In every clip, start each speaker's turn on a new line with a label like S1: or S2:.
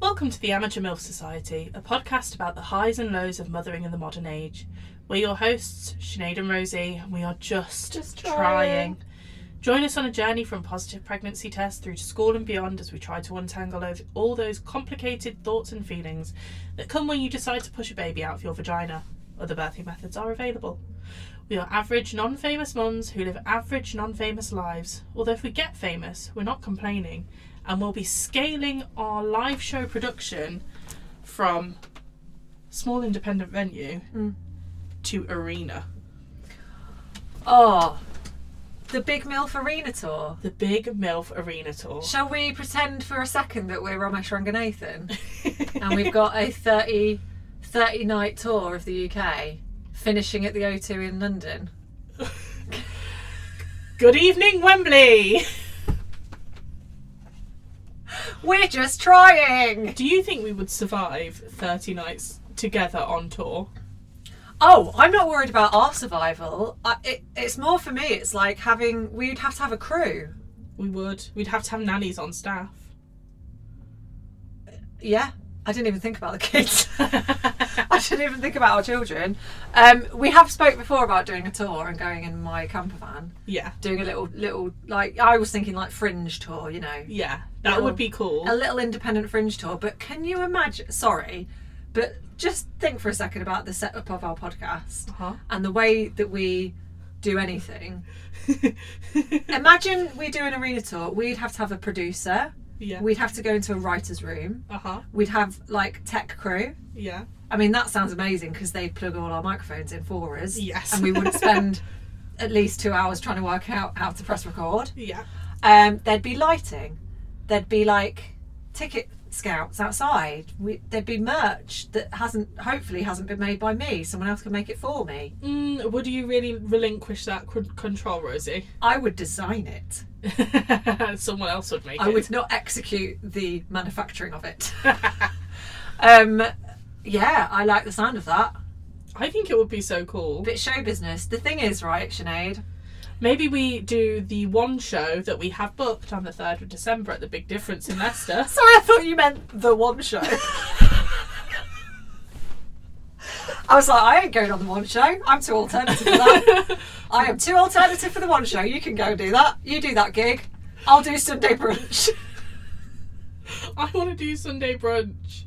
S1: Welcome to the Amateur MILF Society, a podcast about the highs and lows of mothering in the modern age. We're your hosts, Sinead and Rosie, and we are just,
S2: Just
S1: trying. Join us on a journey from positive pregnancy tests through to school and beyond as we try to untangle over all those complicated thoughts and feelings that come when you decide to push a baby out of your vagina. Other birthing methods are available. We are average, non famous mums who live average, non famous lives. Although, if we get famous, we're not complaining and we'll be scaling our live show production from small independent venue
S2: Mm.
S1: to arena.
S2: Oh, the Big MILF Arena Tour.
S1: The Big MILF Arena Tour.
S2: Shall we pretend for a second that we're Ramesh Ranganathan and we've got a 30, 30 night tour of the UK, finishing at the O2 in London?
S1: Good evening, Wembley!
S2: We're just trying!
S1: Do you think we would survive 30 nights together on tour?
S2: Oh, I'm not worried about our survival. I, it, it's more for me, it's like having, we'd have to have a crew.
S1: We would. We'd have to have nannies on staff.
S2: Yeah, I didn't even think about the kids. I didn't even think about our children. Um, we have spoke before about doing a tour and going in my camper van.
S1: yeah,
S2: doing a little little like I was thinking like fringe tour, you know,
S1: yeah. That
S2: Little-
S1: would be cool.
S2: a little independent fringe tour. But can you imagine? Sorry, but just think for a second about the setup of our podcast
S1: Uh-huh.
S2: and the way that we do anything. Imagine we do an arena tour. We'd have to have a producer.
S1: yeah.
S2: We'd have to go into a writer's room.
S1: Uh huh.
S2: We'd have like tech crew.
S1: Yeah.
S2: I mean, that sounds amazing because they'd plug all our microphones in for us.
S1: Yes.
S2: And we would spend at least two hours trying to work out how to press record.
S1: Yeah.
S2: Um, there'd be lighting. There'd be like ticket scouts outside. We, there'd be merch that hasn't, hopefully, hasn't been made by me. Someone else can make it for me.
S1: Mm, would you really relinquish that c- control, Rosie?
S2: I would design it.
S1: Someone else would make
S2: I
S1: it.
S2: would not execute the manufacturing of it. um, yeah, I like the sound of that.
S1: I think it would be so cool.
S2: But show business. The thing is, right, Sinead?
S1: Maybe we do the one show that we have booked on the 3rd of December at the Big Difference in Leicester.
S2: Sorry, I thought you meant the one show. I was like, I ain't going on the one show. I'm too alternative for that. I am too alternative for the one show. You can go and do that. You do that gig. I'll do Sunday brunch.
S1: I want to do Sunday brunch.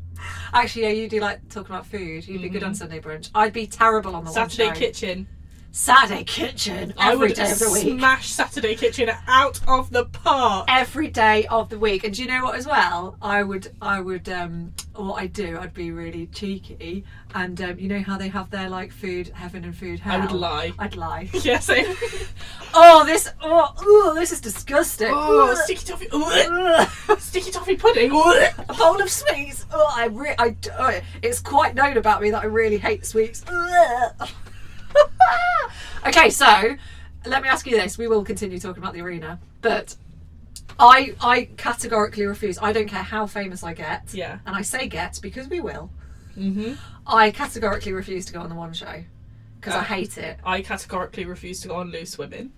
S2: Actually, yeah, you do like talking about food. You'd be good on Sunday brunch. I'd be terrible on the
S1: Mm-hmm. Saturday
S2: one show.
S1: Kitchen.
S2: Saturday kitchen.
S1: I
S2: Every
S1: would
S2: day of the week.
S1: smash Saturday Kitchen out of the park.
S2: every day of the week. And do you know what? As well, I would, I would, um, what I do, I'd be really cheeky. And um, you know how they have their like food heaven and food hell.
S1: I would lie.
S2: I'd lie.
S1: Yes, I.
S2: Oh, this, oh, ooh, this is disgusting.
S1: Oh,
S2: Ugh.
S1: sticky toffee. Ugh.
S2: Ugh.
S1: sticky toffee pudding.
S2: a bowl of sweets. Oh, I, re- I, d- oh, it's quite known about me that I really hate sweets. Ugh. okay, so let me ask you this. We will continue talking about the arena, but I, I categorically refuse. I don't care how famous I get,
S1: yeah.
S2: and I say get because we will.
S1: hmm
S2: I categorically refuse to go on the one show because I
S1: Oh.
S2: hate it.
S1: I categorically refuse to go on Loose Women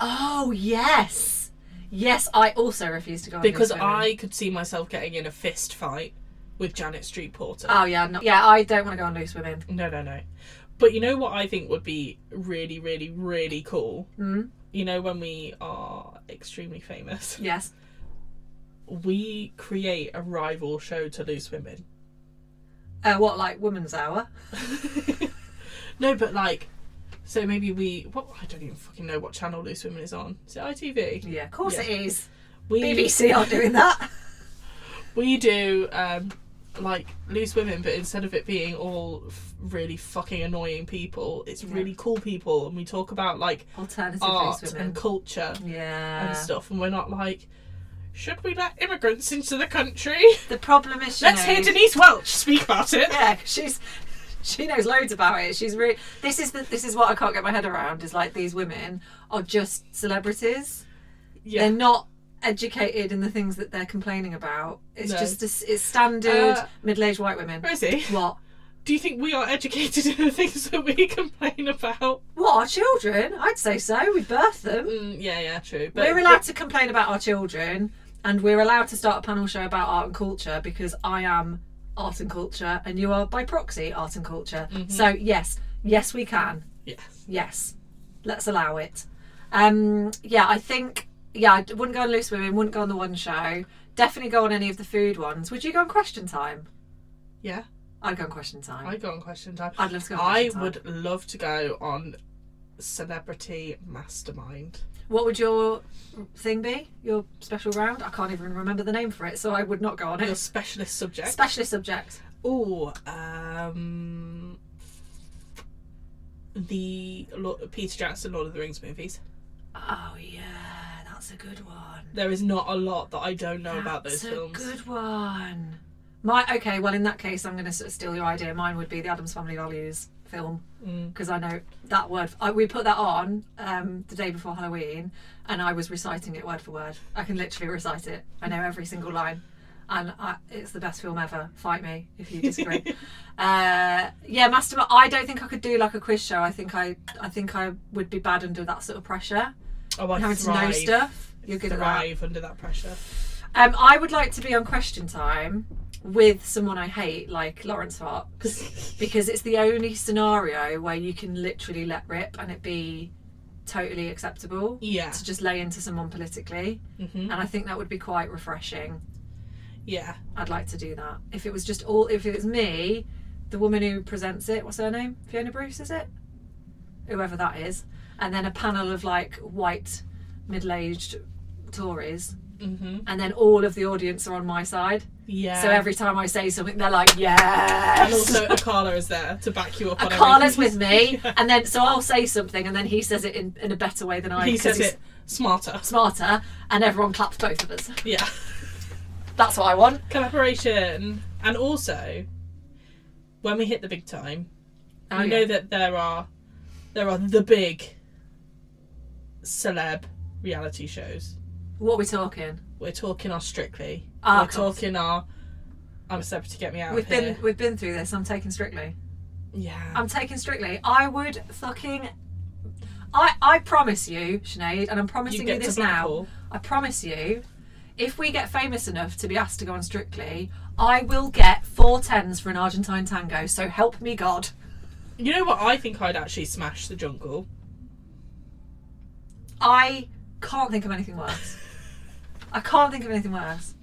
S2: Oh yes, yes. I also refuse to go on Loose
S1: because
S2: Women.
S1: I could see myself getting in a fist fight with Janet Street Porter.
S2: Oh yeah, no, yeah. I don't want to go on Loose Women.
S1: No, no, no. But you know what I think would be really, really, really cool?
S2: Mm,
S1: You know, when we are extremely famous,
S2: yes.
S1: we create a rival show to Loose Women.
S2: Uh, what like Women's Hour?
S1: no, but like, so maybe we. What I don't even fucking know what channel Loose Women is on. Is it ITV?
S2: Yeah, of course
S1: Yeah.
S2: it is.
S1: We,
S2: BBC aren't doing that.
S1: We do um, like Loose Women, but instead of it being all f- really fucking annoying people, it's
S2: Yeah.
S1: really cool people, and we talk about like
S2: Alternative
S1: art
S2: loose
S1: and
S2: women.
S1: culture
S2: yeah.
S1: and stuff, and we're not like, should we let immigrants into the country?
S2: The problem is she
S1: Let's
S2: knows.
S1: hear Denise Welch speak about it.
S2: Yeah, 'cause she's she knows loads about it. She's really this is the this is what I can't get my head around is like these women are just celebrities.
S1: Yeah.
S2: They're not educated in the things that they're complaining about. It's
S1: No.
S2: just a s it's standard
S1: Uh,
S2: middle-aged white women.
S1: Rosie,
S2: What?
S1: do you think we are educated in the things that we complain about?
S2: What our children? I'd say so. We birth them.
S1: Mm, yeah, yeah, true. But
S2: We're allowed to complain about our children and we're allowed to start a panel show about art and culture because I am art and culture, and you are by proxy art and culture.
S1: Mm-hmm.
S2: So yes, yes, we can.
S1: Yes.
S2: Yes, let's allow it. Um, yeah, I think yeah, I d- wouldn't go on Loose Women, wouldn't go on the One Show. Definitely go on any of the food ones. Would you go on Question Time?
S1: Yeah.
S2: I'd go on Question Time.
S1: I go on question time.
S2: I'd love to go. On
S1: I
S2: Question Time.
S1: would love to go on Celebrity Mastermind.
S2: What would your thing be? Your special round? I can't even remember the name for it, so I would not go on
S1: Your
S2: it.
S1: specialist subject.
S2: Specialist subject.
S1: Oh, um, the Lord, Peter Jackson Lord of the Rings movies.
S2: Oh yeah, that's a good one.
S1: There is not a lot that I don't know about those
S2: That's a
S1: films.
S2: good one. My okay. Well, in that case, I'm going to sort of steal your idea. Mine would be the Adams Family Values film
S1: Mm.
S2: because I know that word. I, we put that on um, the day before Halloween, and I was reciting it word for word. I can literally recite it. I know every single line, and I, it's the best film ever. Fight me if you disagree. uh, yeah, Master. I don't think I could do like a quiz show. I think I, I think I would be bad under that sort of pressure.
S1: Oh, I
S2: Having to know
S1: thrive.
S2: stuff. You're good at that.
S1: thrive under that pressure.
S2: Um, I would like to be on Question Time with someone I hate, like Lawrence Fox, because it's the only scenario where you can literally let rip and it be totally acceptable
S1: Yeah.
S2: to just lay into someone politically.
S1: hmm
S2: And I think that would be quite refreshing.
S1: Yeah.
S2: I'd like to do that. If it was just all, if it was me, the woman who presents it, what's her name? Fiona Bruce, is it? Whoever that is. And then a panel of like white, middle aged Tories.
S1: hmm
S2: And then all of the audience are on my side.
S1: Yeah.
S2: So every time I say something, they're like, yes.
S1: and also Akala is there to back you up. on
S2: Carla's
S1: everything.
S2: with me.
S1: Yeah.
S2: And then, so I'll say something, and then he says it in, in a better way than I
S1: He
S2: 'cause
S1: says
S2: he's
S1: it smarter.
S2: smarter, and everyone claps both of us.
S1: Yeah.
S2: That's what I want.
S1: Collaboration, and also when we hit the big time,
S2: Oh,
S1: we
S2: yeah.
S1: know that there are there are the big celeb reality shows.
S2: What are we talking?
S1: We're talking our Strictly.
S2: Ah,
S1: We're
S2: of course.
S1: talking our I'm a celebrity, get me out
S2: We've
S1: of here.
S2: been we've been through this. I'm taking strictly.
S1: yeah.
S2: I'm taking strictly. I would fucking. I I promise you, Sinead, and I'm promising you, this now.
S1: Blackpool.
S2: I promise you, if we get famous enough to be asked to go on Strictly, I will get four tens for an Argentine tango. So help me God.
S1: You know what? I think I'd actually smash the jungle.
S2: I can't think of anything worse. I can't think of anything worse.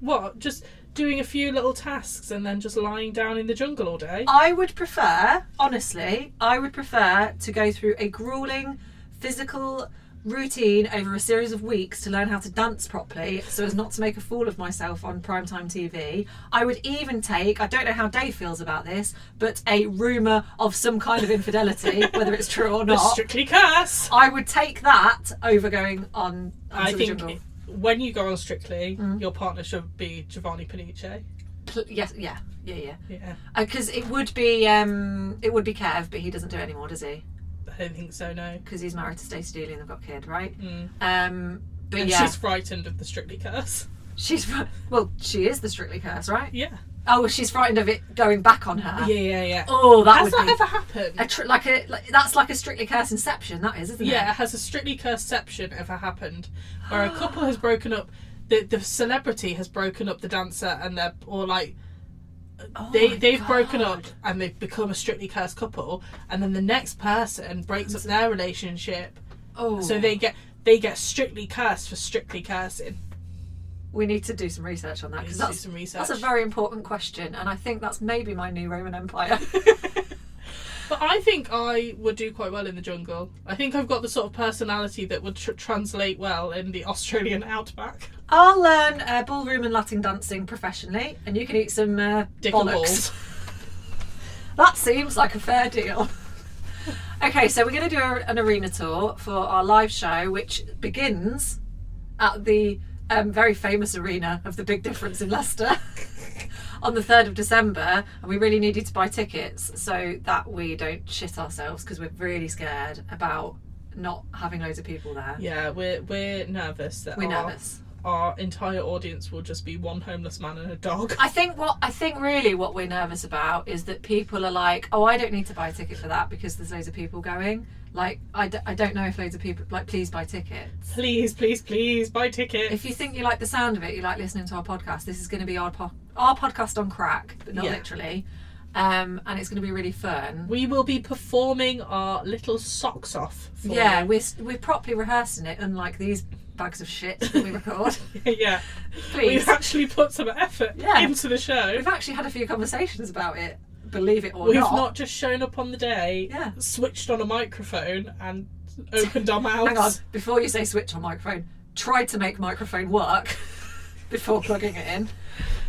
S1: What? Just doing a few little tasks and then just lying down in the jungle all day?
S2: I would prefer, honestly, I would prefer to go through a grueling physical routine over a series of weeks to learn how to dance properly so as not to make a fool of myself on primetime TV. I would even take, I don't know how Dave feels about this, but a rumour of some kind of infidelity, whether it's true or
S1: The
S2: not.
S1: Strictly curse.
S2: I would take that over going on onto
S1: I
S2: the
S1: think
S2: jungle. Mm.
S1: when you go on Strictly, your partner should be Giovanni Paniche.
S2: Pl- yes, yeah, yeah, yeah.
S1: Yeah,
S2: because it would be um it would be Kev, but he doesn't do it anymore, does he?
S1: I don't think so. No,
S2: Because he's married to Stacey Dooley and they've got a kid, right?
S1: Mm.
S2: Um, but
S1: and
S2: yeah,
S1: she's frightened of the Strictly curse.
S2: she's, fr- well, she is the Strictly Curse, right?
S1: Yeah,
S2: Oh, well, she's frightened of it going back on her.
S1: yeah, yeah, yeah.
S2: Oh, that
S1: Has
S2: would
S1: that
S2: be
S1: ever happened?
S2: a tr- like a like, that's like a Strictly Curse Inception. That is, isn't it?
S1: Yeah, has a Strictly curseception ever happened, where a couple has broken up? The, the celebrity has broken up the dancer, and they're or like
S2: Oh
S1: they
S2: my
S1: they've broken up
S2: God.
S1: and they've become a strictly cursed couple, and then the next person breaks up their relationship,
S2: Oh,
S1: so they get they get strictly cursed for strictly cursing.
S2: we need to do some research on that
S1: Let's
S2: because
S1: do
S2: that's
S1: some research.
S2: that's a very important question, and I think that's maybe my new Roman Empire.
S1: But I think I would do quite well in the jungle. I think I've got the sort of personality that would tr- translate well in the Australian outback.
S2: I'll learn uh, ballroom and Latin dancing professionally, and you can eat some uh,
S1: Dick and
S2: bollocks.
S1: balls.
S2: That seems like a fair deal. okay, so we're going to do a, an arena tour for our live show, which begins at the um, very famous arena of the Big Difference in Leicester on the 3rd of December. And we really need you to buy tickets so that we don't shit ourselves because we're really scared about not having loads of people there.
S1: Yeah, we're we're nervous that
S2: We're
S1: our,
S2: nervous.
S1: our entire audience will just be one homeless man and a dog.
S2: I think what I think really what we're nervous about is that people are like, oh, I don't need to buy a ticket for that because there's loads of people going. Like, I, d- I don't know if loads of people like, please buy tickets.
S1: Please, please, please buy tickets.
S2: If you think you like the sound of it, you like listening to our podcast. This is going to be our po- our podcast on crack, but not
S1: Yeah.
S2: literally. Um, and it's going to be really fun.
S1: we will be performing our little socks off. For
S2: Yeah, we're s- we're properly rehearsing it, unlike these bags of shit that we record.
S1: you. yeah.
S2: Please,
S1: We've actually put some effort
S2: Yeah.
S1: into the show.
S2: we've actually had a few conversations about it. Believe it or
S1: We've not. just shown up on the day,
S2: Yeah.
S1: switched on a microphone, and opened our mouths.
S2: Hang on, before you say switch on microphone, try to make microphone work before plugging it in.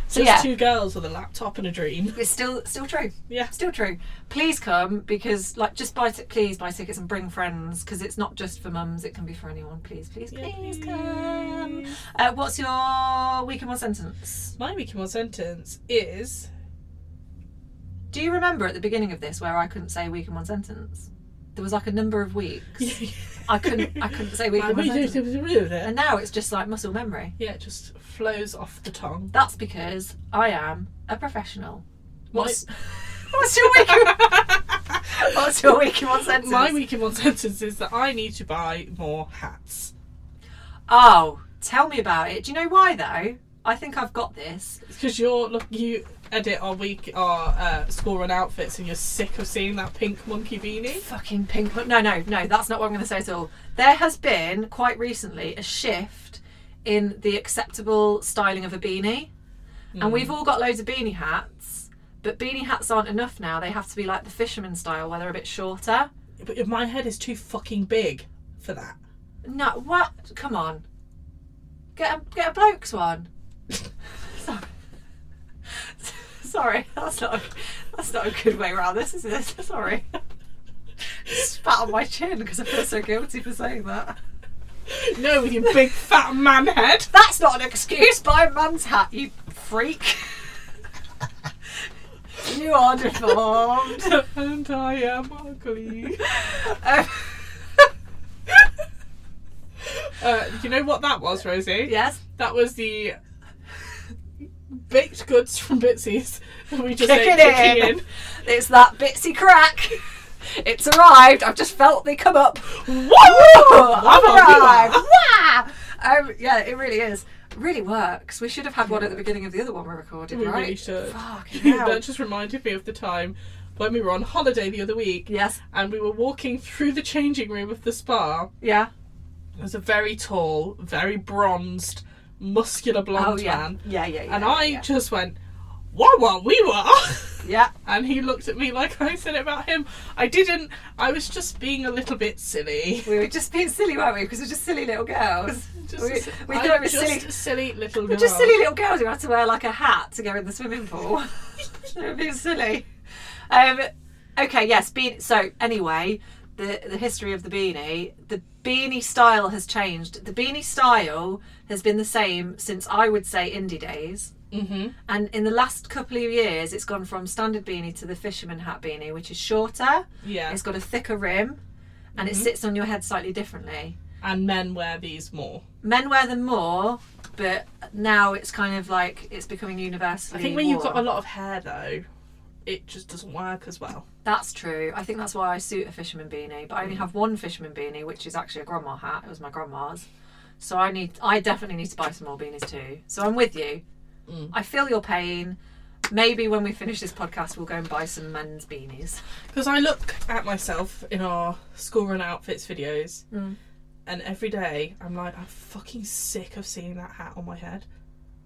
S2: So
S1: Just
S2: yeah,
S1: two girls with a laptop and a dream.
S2: it's still still true.
S1: Yeah.
S2: Still true. Please come because like just buy t- please buy tickets and bring friends because it's not just for mums, it can be for anyone. Please, please,
S1: Yeah,
S2: please come. Uh, what's your week in one sentence?
S1: My week in one sentence is
S2: Do you remember at the beginning of this where I couldn't say week in one sentence? There was like a number of weeks. I couldn't I couldn't say week in one sentence. And
S1: yeah,
S2: now it's just like muscle memory.
S1: it just flows off the tongue.
S2: That's because I am a professional.
S1: My-
S2: What's, what's your week? what's your week in one sentence?
S1: My week in one sentence is that I need to buy more hats.
S2: Oh, tell me about it. Do you know why though? I think I've got this.
S1: Because you're look, you edit our week, our uh, school run outfits, and you're sick of seeing that pink monkey beanie.
S2: Fucking pink. But no, no, no. That's not what I'm going to say at all. There has been quite recently a shift in the acceptable styling of a beanie, and
S1: Mm.
S2: we've all got loads of beanie hats. But beanie hats aren't enough now. They have to be like the fisherman style, where they're a bit shorter.
S1: But my head is too fucking big for that.
S2: No, what? Come on. Get a, get a bloke's one. Sorry. Sorry, that's not a, that's not a good way around this, is it? Sorry. Spat on my chin because I feel so guilty for saying that.
S1: No, with your big fat man head.
S2: That's not an excuse. Buy a man's hat, you freak. you are deformed.
S1: and I am ugly.
S2: Um,
S1: Uh, you know what that was, Rosie?
S2: yes.
S1: That was the baked goods from Bitsy's. We just
S2: Kick
S1: ate
S2: it in.
S1: kicking
S2: It's that bitsy crack. It's arrived. I've just felt they come up.
S1: in.
S2: Woo!
S1: Wah,
S2: I've
S1: wah,
S2: arrived. Wah! Um, yeah, it really is. Really works. We should have had one at the beginning of the other one we recorded,
S1: We
S2: right?
S1: really should.
S2: Fucking hell.
S1: that just reminded me of the time when we were on holiday the other week
S2: yes.
S1: and we were walking through the changing room of the spa.
S2: Yeah.
S1: There was a very tall, very bronzed, muscular
S2: Oh
S1: blonde
S2: yeah.
S1: man.
S2: Yeah, yeah, yeah.
S1: and I
S2: Yeah.
S1: just went, wah wah wee wah.
S2: yeah.
S1: and he looked at me like I said about him. I didn't. I was just being a little bit silly.
S2: We were just being silly, weren't we? Because we're just silly little girls.
S1: Just
S2: we
S1: a s-
S2: we
S1: I'm
S2: thought it was
S1: just
S2: silly.
S1: a silly little girl.
S2: We're just silly little girls who had to wear like a hat to go in the swimming pool. they were being silly. Um, okay, yes. Bean- so anyway, the the history of the beanie, the beanie style has changed. The beanie style has been the same since I would say indie days.
S1: hmm
S2: And in the last couple of years, it's gone from standard beanie to the fisherman hat beanie, which is shorter.
S1: Yeah.
S2: It's got a thicker rim, and it sits on your head slightly differently
S1: And men wear these more.
S2: men wear them more but now it's kind of like it's becoming universally
S1: I think when you've got a
S2: worn.
S1: lot of hair though, it just doesn't work as well.
S2: that's true i think that's why i suit a fisherman beanie but i
S1: Mm.
S2: only have one fisherman beanie which is actually a grandma hat it was my grandma's so i need i definitely need to buy some more beanies too so i'm with you
S1: Mm.
S2: i feel your pain maybe when we finish this podcast we'll go and buy some men's beanies
S1: Because I look at myself in our school run outfits videos, and every day I'm like, I'm fucking sick of seeing that hat on my head.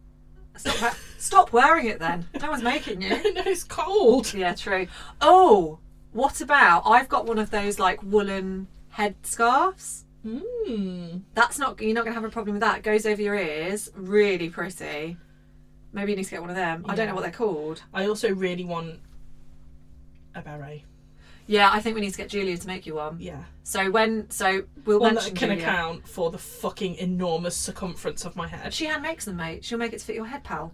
S2: stop, we- stop wearing it then no one's making you
S1: no, it's cold.
S2: yeah true oh what about i've got one of those like woolen head scarves
S1: Mm.
S2: That's not you're not gonna have a problem with that. It goes over your ears, really pretty. Maybe you need to get one of them. I don't know what they're called.
S1: I also really want a beret.
S2: Yeah, I think we need to get Julia to make you one.
S1: Yeah.
S2: So when so we'll
S1: One
S2: mention
S1: that can
S2: Julia.
S1: account for the fucking enormous circumference of my head.
S2: She hand makes them, mate. She'll make it to fit your head, pal.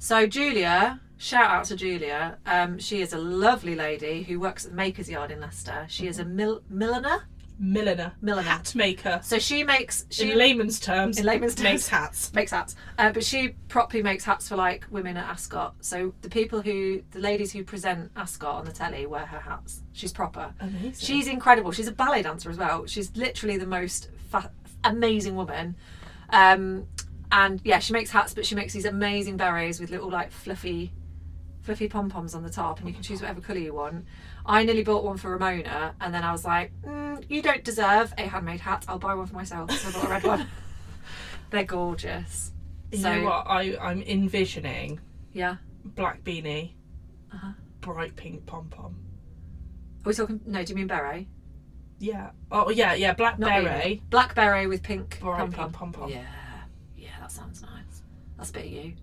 S2: So Julia, shout out to Julia.
S1: Mm-hmm.
S2: Um, she is a lovely lady who works at the Maker's Yard in Leicester. She is a mil- milliner.
S1: milliner,
S2: Milliner.
S1: hat maker.
S2: So she makes she
S1: in layman's terms,
S2: in layman's terms.
S1: makes hats.
S2: makes hats. Uh, but she properly makes hats for like women at Ascot. So the people who, the ladies who present Ascot on the telly wear her hats. She's proper.
S1: Amazing.
S2: She's incredible. She's a ballet dancer as well. She's literally the most fa- amazing woman. Um, and yeah, she makes hats, but she makes these amazing berets with little like fluffy, fluffy pom poms on the top, and you can choose whatever colour you want. I nearly bought one for Ramona, and then I was like, mm, "You don't deserve a handmade hat. I'll buy one for myself." So I bought a red one. They're gorgeous.
S1: you
S2: so
S1: know what? I, I'm envisioning
S2: yeah,
S1: black beanie,
S2: Uh-huh.
S1: bright pink pom pom.
S2: are we talking? No, do you mean beret?
S1: Yeah. Oh yeah, yeah. Black
S2: Not
S1: beret,
S2: really. Black beret with pink
S1: bright
S2: pom pom.
S1: pink pom pom,
S2: Yeah, yeah, that sounds nice. That's a bit of you.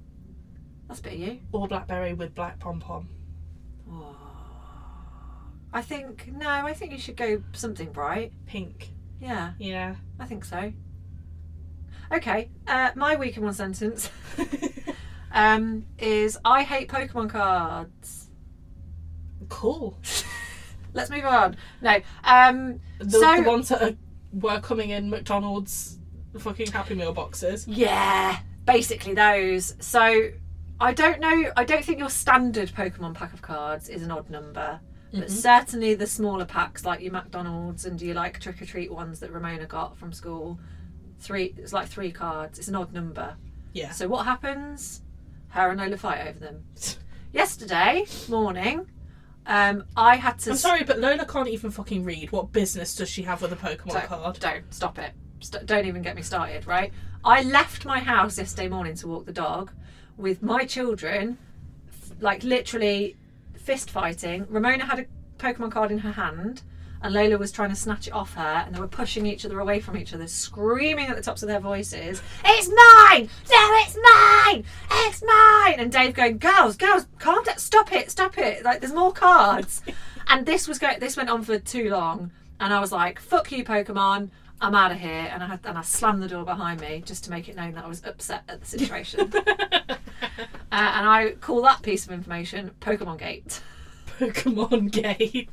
S2: That's a bit of you.
S1: or black beret with black pom pom.
S2: Oh. I think no. I think you should go something bright.
S1: Pink.
S2: Yeah,
S1: Yeah.
S2: I think so. Okay, uh, my week in one sentence um, is I hate Pokemon cards.
S1: cool.
S2: Let's move on. No, um,
S1: The,
S2: So-
S1: the ones that are, were coming in McDonald's fucking Happy Meal boxes.
S2: yeah, basically those. So I don't know. I don't think your standard Pokemon pack of cards is an odd number.
S1: Mm-hmm.
S2: But certainly the smaller packs, like your McDonald's and your like trick or treat ones that Ramona got from school, three it's like three cards. It's an odd number.
S1: Yeah.
S2: So what happens? Her and Lola fight over them. Yesterday morning, um, I had to.
S1: I'm sorry, but Lola can't even fucking read. What business does she have with a Pokemon
S2: Don't,
S1: card?
S2: don't stop it. St- don't even get me started. Right. I left my house yesterday morning to walk the dog with my children, f- like literally fist fighting. Ramona had a Pokemon card in her hand. And Lola was trying to snatch it off her, and they were pushing each other away from each other, screaming at the tops of their voices, It's mine! No, it's mine! It's mine! And Dave going, Girls, girls, calm down, stop it, stop it. Like, there's more cards. and this was go- this went on for too long, and I was like, Fuck you, Pokemon, I'm out of here. And I, had- and I slammed the door behind me just to make it known that I was upset at the situation. uh, and I call that piece of information Pokemon Gate.
S1: Pokemon Gate.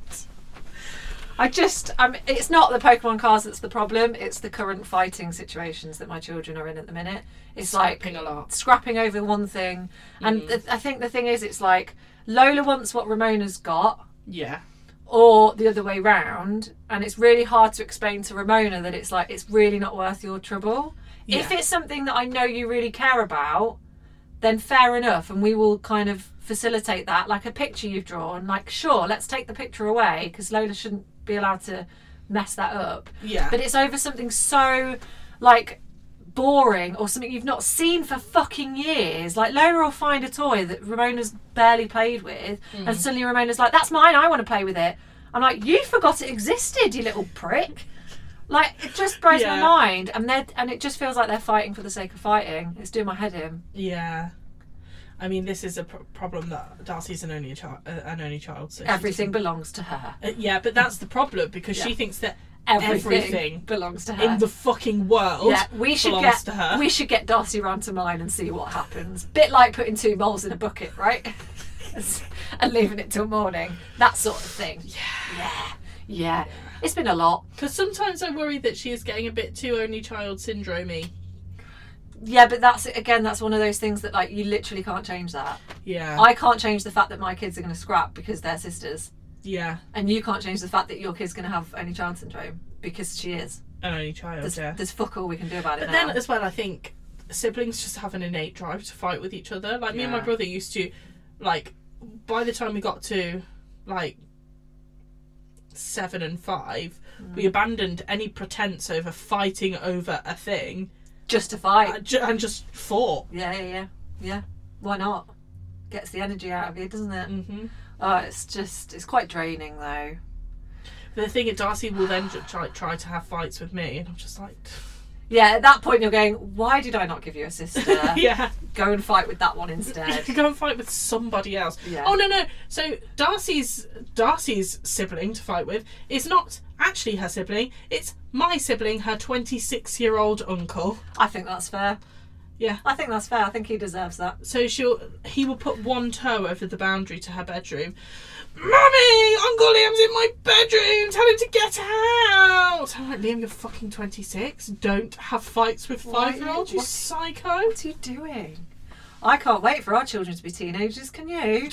S2: I just, um, it's not the Pokemon cards that's the problem. It's the current fighting situations that my children are in at the minute. It's like
S1: Scrapping a lot.
S2: scrapping over one thing, and th- I think the thing is, it's like Lola wants what Ramona's got,
S1: Yeah.
S2: or the other way round, and it's really hard to explain to Ramona that it's like it's really not worth your trouble. If
S1: Yeah.
S2: it's something that I know you really care about, then fair enough, and we will kind of facilitate that, like a picture you've drawn. Like, sure, let's take the picture away because Lola shouldn't be allowed to mess that up.
S1: Yeah.
S2: But it's over something so like boring or something you've not seen for fucking years. Like Lola will find a toy that Ramona's barely played with, and suddenly Ramona's like, "That's mine. I want to play with it." I'm like, "You forgot it existed, you little prick." Like it just blows my
S1: Yeah.
S2: mind, and they and it just feels like they're fighting for the sake of fighting. It's doing my head in.
S1: Yeah. I mean, this is a pr- problem that Darcy's an only child. Uh, an only child. So she
S2: Everything belongs to her.
S1: doesn't- Uh, yeah, but that's the problem because she
S2: Yeah.
S1: thinks that
S2: Everything,
S1: Everything.
S2: belongs to her.
S1: in the fucking world.
S2: Yeah, we should
S1: belongs
S2: get
S1: to her.
S2: we should get Darcy round to mine and see what happens. Bit like putting two moles in a bucket, right? and leaving it till morning. That sort of thing. Yeah. yeah. Yeah. It's been a lot.
S1: Because sometimes I worry that she is getting a bit too only child syndromey.
S2: Yeah, but that's again that's one of those things that like you literally can't change that.
S1: Yeah.
S2: I can't change the fact that my kids are going to scrap because they're sisters
S1: yeah.
S2: and you can't change the fact that your kid's going to have only child syndrome because she is.
S1: An only child.
S2: There's,
S1: yeah.
S2: there's fuck all we can do about it
S1: But
S2: now.
S1: then as well, I think siblings just have an innate drive to fight with each other. Like me and my
S2: Yeah.
S1: brother used to, like, by the time we got to like seven and five, we abandoned any pretense over fighting over a thing
S2: Just to fight.
S1: and ju- and just fought.
S2: Yeah, yeah, yeah. Yeah. Why not? Gets the energy out of you, doesn't it?
S1: hmm
S2: Oh, it's just it's quite draining though.
S1: The thing is, Darcy will then ju- try, try to have fights with me, and I'm just like,
S2: Yeah, at that point you're going, why did I not give you a sister?
S1: yeah,
S2: Go and fight with that one instead.
S1: go and fight with somebody else.
S2: Yeah.
S1: Oh no no. So Darcy's Darcy's sibling to fight with is not actually her sibling. It's my sibling, her 26 year old uncle.
S2: I think that's fair.
S1: Yeah.
S2: I think that's fair. I think he deserves that.
S1: So she'll he will put one toe over the boundary to her bedroom. Mummy, Uncle Liam's in my bedroom. Tell him to get out. I'm like Liam, you're fucking 26. Don't have fights with
S2: Why-
S1: five year olds. You
S2: what-
S1: psycho.
S2: What are you doing? I can't wait for our children to be teenagers, can you?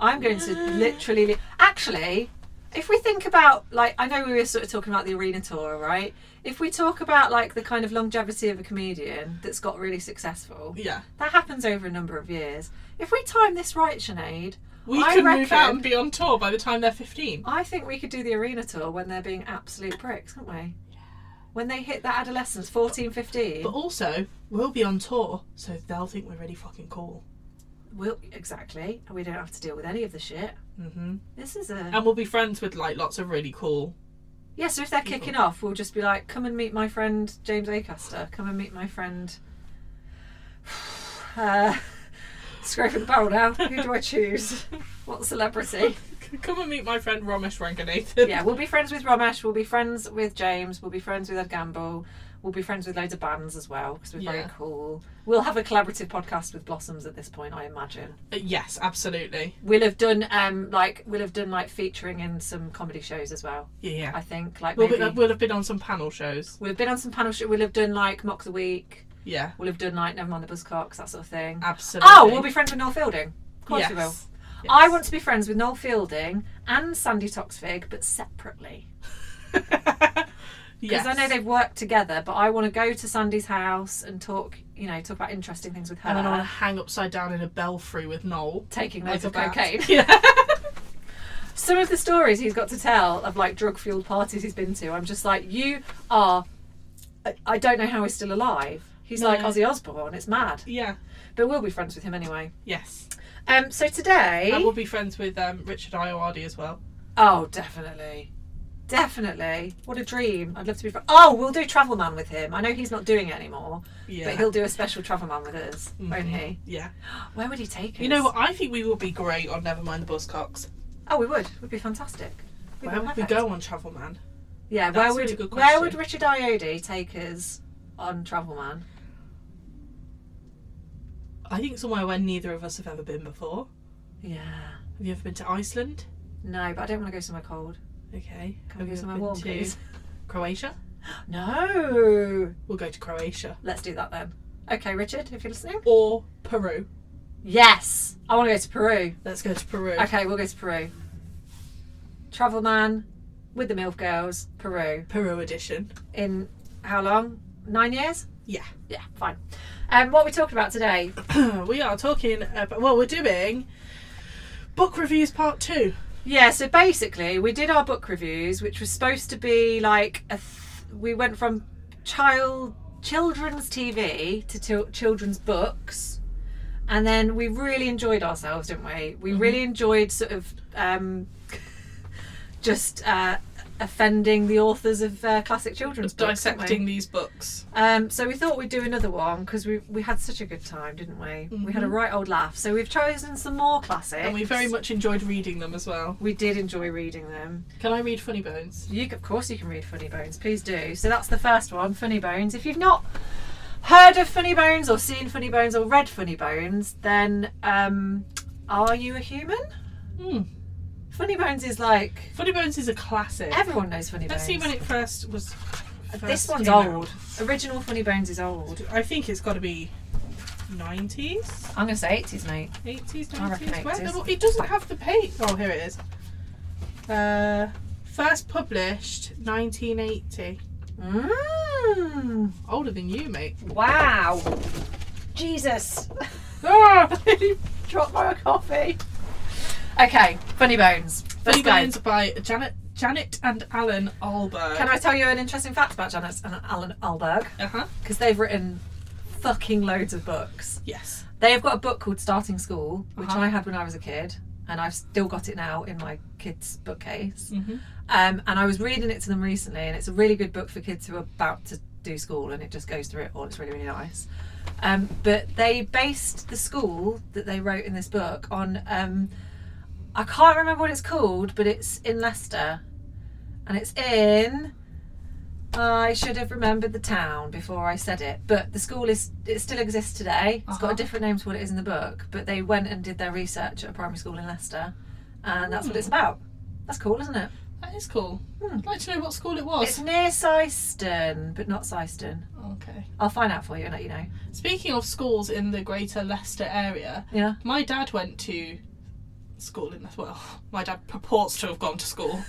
S2: I'm going to literally. li- Actually, if we think about, like, I know we were sort of talking about the arena tour, right? If we talk about, like, the kind of longevity of a comedian that's got really successful,
S1: Yeah,
S2: that happens over a number of years. If we time this right, Sinead,
S1: we
S2: I
S1: could move out
S2: reckon-
S1: and be on tour by the time they're 15.
S2: I think we could do the arena tour when they're being absolute pricks, couldn't we? When they hit that adolescence, 14, 15.
S1: But also, we'll be on tour, so they'll think we're really fucking cool.
S2: We'll, exactly. And we don't have to deal with any of the shit.
S1: hmm
S2: This is a.
S1: And we'll be friends with like lots of really cool.
S2: Yeah, so if they're kicking off, we'll just be like, come and meet my friend James Acaster. Come and meet my friend. Uh, scraping the barrel now. Who do I choose? What celebrity?
S1: Come and meet my friend Ramesh Ranganathan.
S2: Yeah, we'll be friends with Ramesh. We'll be friends with James. We'll be friends with Ed Gamble. We'll be friends with loads of bands as well because we're very
S1: Yeah.
S2: cool. We'll have a collaborative podcast with Blossoms at this point, I imagine.
S1: Uh, Yes, absolutely.
S2: We'll have done um like we'll have done like featuring in some comedy shows as well.
S1: Yeah, yeah.
S2: I think like
S1: We'll,
S2: maybe
S1: be, we'll have been on some panel shows.
S2: we've been on some panel shows. We'll have done like mock the week.
S1: Yeah,
S2: We'll have done like Never Mind the Buzzcocks, that sort of thing.
S1: absolutely.
S2: Oh, we'll be friends with Noel Fielding. Of course
S1: yes.
S2: we will.
S1: Yes.
S2: I want to be friends with Noel Fielding and Sandy Toxvig, but separately. Because
S1: yes.
S2: I know they've worked together, but I want to go to Sandy's house and talk, you know, talk about interesting things with her.
S1: And then I want to hang upside down in a belfry with Noel.
S2: taking
S1: Like
S2: loads
S1: a
S2: of
S1: bat.
S2: cocaine.
S1: Yeah.
S2: Some of the stories he's got to tell of like drug fueled parties he's been to, I'm just like, you are. I- I don't know how he's still alive. He's like
S1: No.
S2: Ozzy Osbourne. It's mad.
S1: yeah.
S2: But we'll be friends with him anyway.
S1: Yes.
S2: Um. So today.
S1: And we'll be friends with um, Richard Iowadi as well.
S2: Oh, definitely. Definitely. What a dream. I'd love to be. Fr- oh, we'll do Travel Man with him. I know he's not doing it anymore,
S1: Yeah.
S2: but he'll do a special Travel Man with us, won't he?
S1: yeah.
S2: Where would he take us?
S1: Mm-hmm. You know what? I think we will be great on Nevermind the Buzzcocks.
S2: Oh, we would. We'd be fantastic. We'd be
S1: Where would we
S2: perfect.
S1: go on Travel Man?
S2: Yeah,
S1: That's
S2: where
S1: a
S2: would
S1: really good
S2: where
S1: question.
S2: would Richard Iodi take us on Travel Man?
S1: I think somewhere where neither of us have ever been before.
S2: Yeah.
S1: Have you ever been to Iceland?
S2: No, but I don't want to go somewhere cold.
S1: Okay.
S2: Can we
S1: Have
S2: go
S1: you
S2: somewhere
S1: ever
S2: warm,
S1: been to
S2: please?
S1: Croatia?
S2: No.
S1: We'll go to Croatia.
S2: Let's do that then. Okay, Richard, if you're listening.
S1: Or Peru.
S2: Yes. I want to go to Peru.
S1: Let's go to Peru.
S2: Okay, we'll go to Peru. Travel man with the MILF girls, Peru.
S1: Peru edition.
S2: In how long? Nine years?
S1: Yeah.
S2: Yeah, fine. Um, what are we talking about today?
S1: we are talking about, well, we're doing book reviews part two.
S2: Yeah, so basically, we did our book reviews, which was supposed to be like a th- we went from child children's TV to chil- children's books, and then we really enjoyed ourselves, didn't we? We
S1: Mm-hmm.
S2: really enjoyed sort of um, just uh, offending the authors of uh, classic children's books, didn't we?
S1: Dissecting these books.
S2: Um, so we thought we'd do another one because we we had such a good time, didn't we? We had a right old laugh. So we've chosen some more classics.
S1: Mm-hmm. And we very much enjoyed reading them as well.
S2: we did enjoy reading them.
S1: Can I read Funny Bones?
S2: You, c- of course, you can read Funny Bones. Please do. So that's the first one, Funny Bones. If you've not heard of Funny Bones or seen Funny Bones or read Funny Bones, then um, are you a human?
S1: Hmm.
S2: Funny Bones is like
S1: Funny Bones is a classic.
S2: everyone knows Funny
S1: Let's
S2: Bones.
S1: see when it first was.
S2: this
S1: first
S2: one's
S1: came out.
S2: old. Original Funny Bones is old.
S1: I think it's got to be 90s,
S2: I'm gonna say 80s, mate.
S1: 80s,
S2: I reckon
S1: 90s. Where
S2: 80s.
S1: the- it doesn't have the page. Oh, here it is. Uh, first published 1980.
S2: Mmm.
S1: Older than you, mate.
S2: Wow. Jesus.
S1: Ah!
S2: Drop my coffee. Okay, Funny Bones.
S1: Funny
S2: Let's go.
S1: Bones by Janet, Janet and Alan Alberg.
S2: Can I tell you an interesting fact about Janet and Alan Alberg?
S1: Uh huh.
S2: Because they've written fucking loads of books.
S1: Yes.
S2: They have got a book called Starting School, which
S1: Uh-huh.
S2: I had when I was a kid, and I've still got it now in my kids' bookcase.
S1: Mm-hmm.
S2: Um, and I was reading it to them recently, and it's a really good book for kids who are about to do school, and it just goes through it all. It's really, really nice. Um, but they based the school that they wrote in this book on, um, I can't remember what it's called, but it's in Leicester, and it's in. I should have remembered the town before I said it, but the school is it still exists today. It's got
S1: Uh-huh.
S2: a different name to what it is in the book, but they went and did their research at a primary school in Leicester, and that's what it's about. That's cool, isn't it?
S1: That is cool.
S2: Hmm.
S1: I'd like to know what school it
S2: It's
S1: was.
S2: near Syston, but not Syston.
S1: Okay.
S2: I'll find out for you and let you know.
S1: Speaking of schools in the greater Leicester area,
S2: Yeah.
S1: my dad went to school in Leicester. Well, my dad purports to have gone to school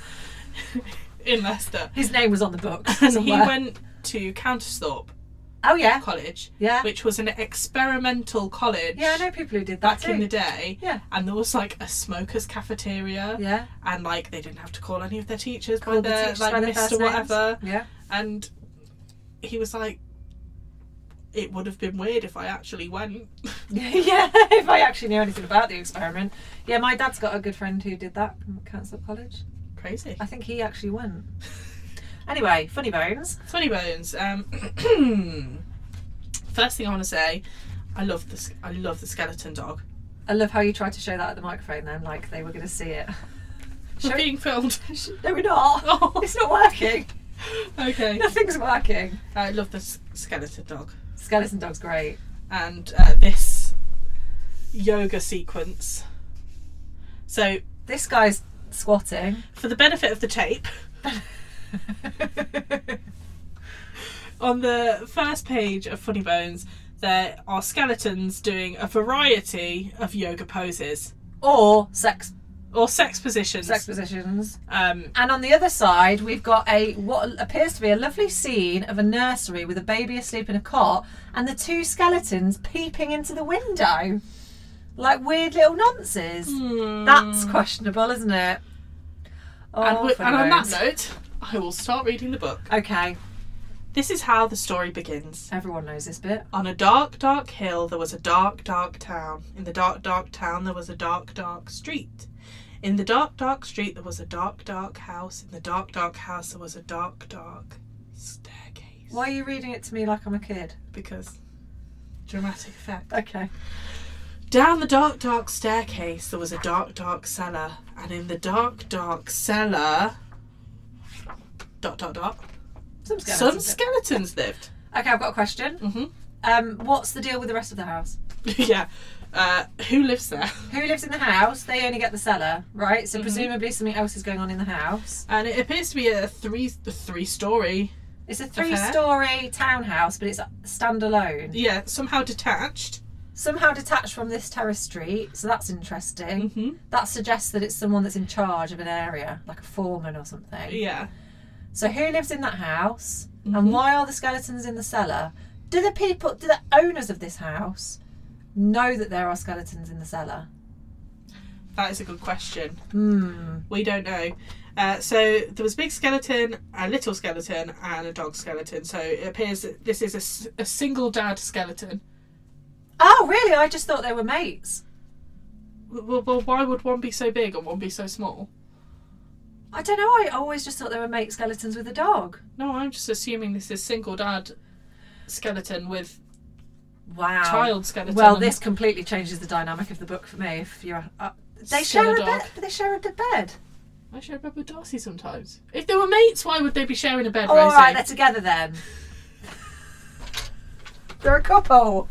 S1: in Leicester.
S2: His name was on the book
S1: And he
S2: somewhere.
S1: went to Countersthorpe
S2: oh yeah,
S1: College,
S2: yeah,
S1: which was an experimental college
S2: yeah. I know people who did that
S1: back
S2: too.
S1: in the day.
S2: Yeah.
S1: And there was like a smokers cafeteria,
S2: yeah,
S1: and like they didn't have to call any of their teachers
S2: Called
S1: by
S2: the
S1: their
S2: teachers
S1: like
S2: by their
S1: Mr.
S2: first names.
S1: Whatever.
S2: yeah.
S1: And he was like, it would have been weird if I actually went.
S2: yeah, if I actually knew anything about the experiment. Yeah, my dad's got a good friend who did that from Council College.
S1: Crazy.
S2: I think he actually went. Anyway, funny bones.
S1: Funny bones. Um, first thing I want to say, I love this. I love the skeleton dog.
S2: I love how you tried to show that at the microphone then, like they were going to see it.
S1: We're
S2: Sure.
S1: being filmed.
S2: No, we're not.
S1: Oh.
S2: It's not working.
S1: okay.
S2: Nothing's working.
S1: I love this skeleton dog.
S2: Skeleton dog's great.
S1: and uh, this yoga sequence. So,
S2: This guy's squatting.
S1: for the benefit of the tape, on the first page of Funny Bones, there are skeletons doing a variety of yoga poses
S2: or sex
S1: or sex positions.
S2: sex positions.
S1: Um,
S2: And on the other side, we've got a what appears to be a lovely scene of a nursery with a baby asleep in a cot and the two skeletons peeping into the window, like weird little nonces.
S1: Hmm.
S2: That's questionable, isn't it? Oh,
S1: and, wi-
S2: funny
S1: and on that
S2: bones.
S1: note, I will start reading the book.
S2: okay,
S1: This is how the story begins.
S2: everyone knows this bit.
S1: On a dark, dark hill, there was a dark, dark town. In the dark, dark town, there was a dark, dark street. In the dark, dark street, there was a dark, dark house. In the dark, dark house, there was a dark, dark staircase.
S2: Why are you reading it to me like I'm a kid?
S1: Because dramatic effect.
S2: Okay.
S1: Down the dark, dark staircase, there was a dark, dark cellar. And in the dark, dark cellar. Dot, dot, dot.
S2: Some skeletons.
S1: Some skeletons lived.
S2: okay, I've got a question.
S1: Mm hmm.
S2: Um, what's the deal with the rest of the house?
S1: yeah. Uh, who lives there?
S2: Who lives in the house? They only get the cellar, right?
S1: Mm-hmm.
S2: So presumably something else is going on in the house.
S1: and it appears to be a three a three story
S2: It's a three-story townhouse, but it's standalone.
S1: yeah somehow detached
S2: Somehow detached from this terrace street, so that's interesting.
S1: mm-hmm.
S2: That suggests that it's someone that's in charge of an area, like a foreman or something.
S1: yeah
S2: So who lives in that house,
S1: Mhm.
S2: and why are the skeletons in the cellar? Do the people, do the owners of this house, know that there are skeletons in the cellar?
S1: that is a good question
S2: Hmm.
S1: we don't know uh, so there was a big skeleton a little skeleton and a dog skeleton so it appears that this is a s- a, single dad skeleton
S2: Oh, really? I just thought they were mates.
S1: well, well why would one be so big and one be so small
S2: I don't know. I always just thought they were mate skeletons with a dog.
S1: no i'm just assuming this is single dad skeleton with
S2: Wow.
S1: child skeleton
S2: Well,
S1: and-
S2: this completely changes the dynamic of the book for me. If you're, uh, they
S1: Still
S2: share
S1: a
S2: a
S1: dog.
S2: bed. They share a bed.
S1: i share a bed with darcy sometimes if they were mates why would they be sharing a bed
S2: Oh, all
S1: Rosie?
S2: right, they're together then. they're a couple.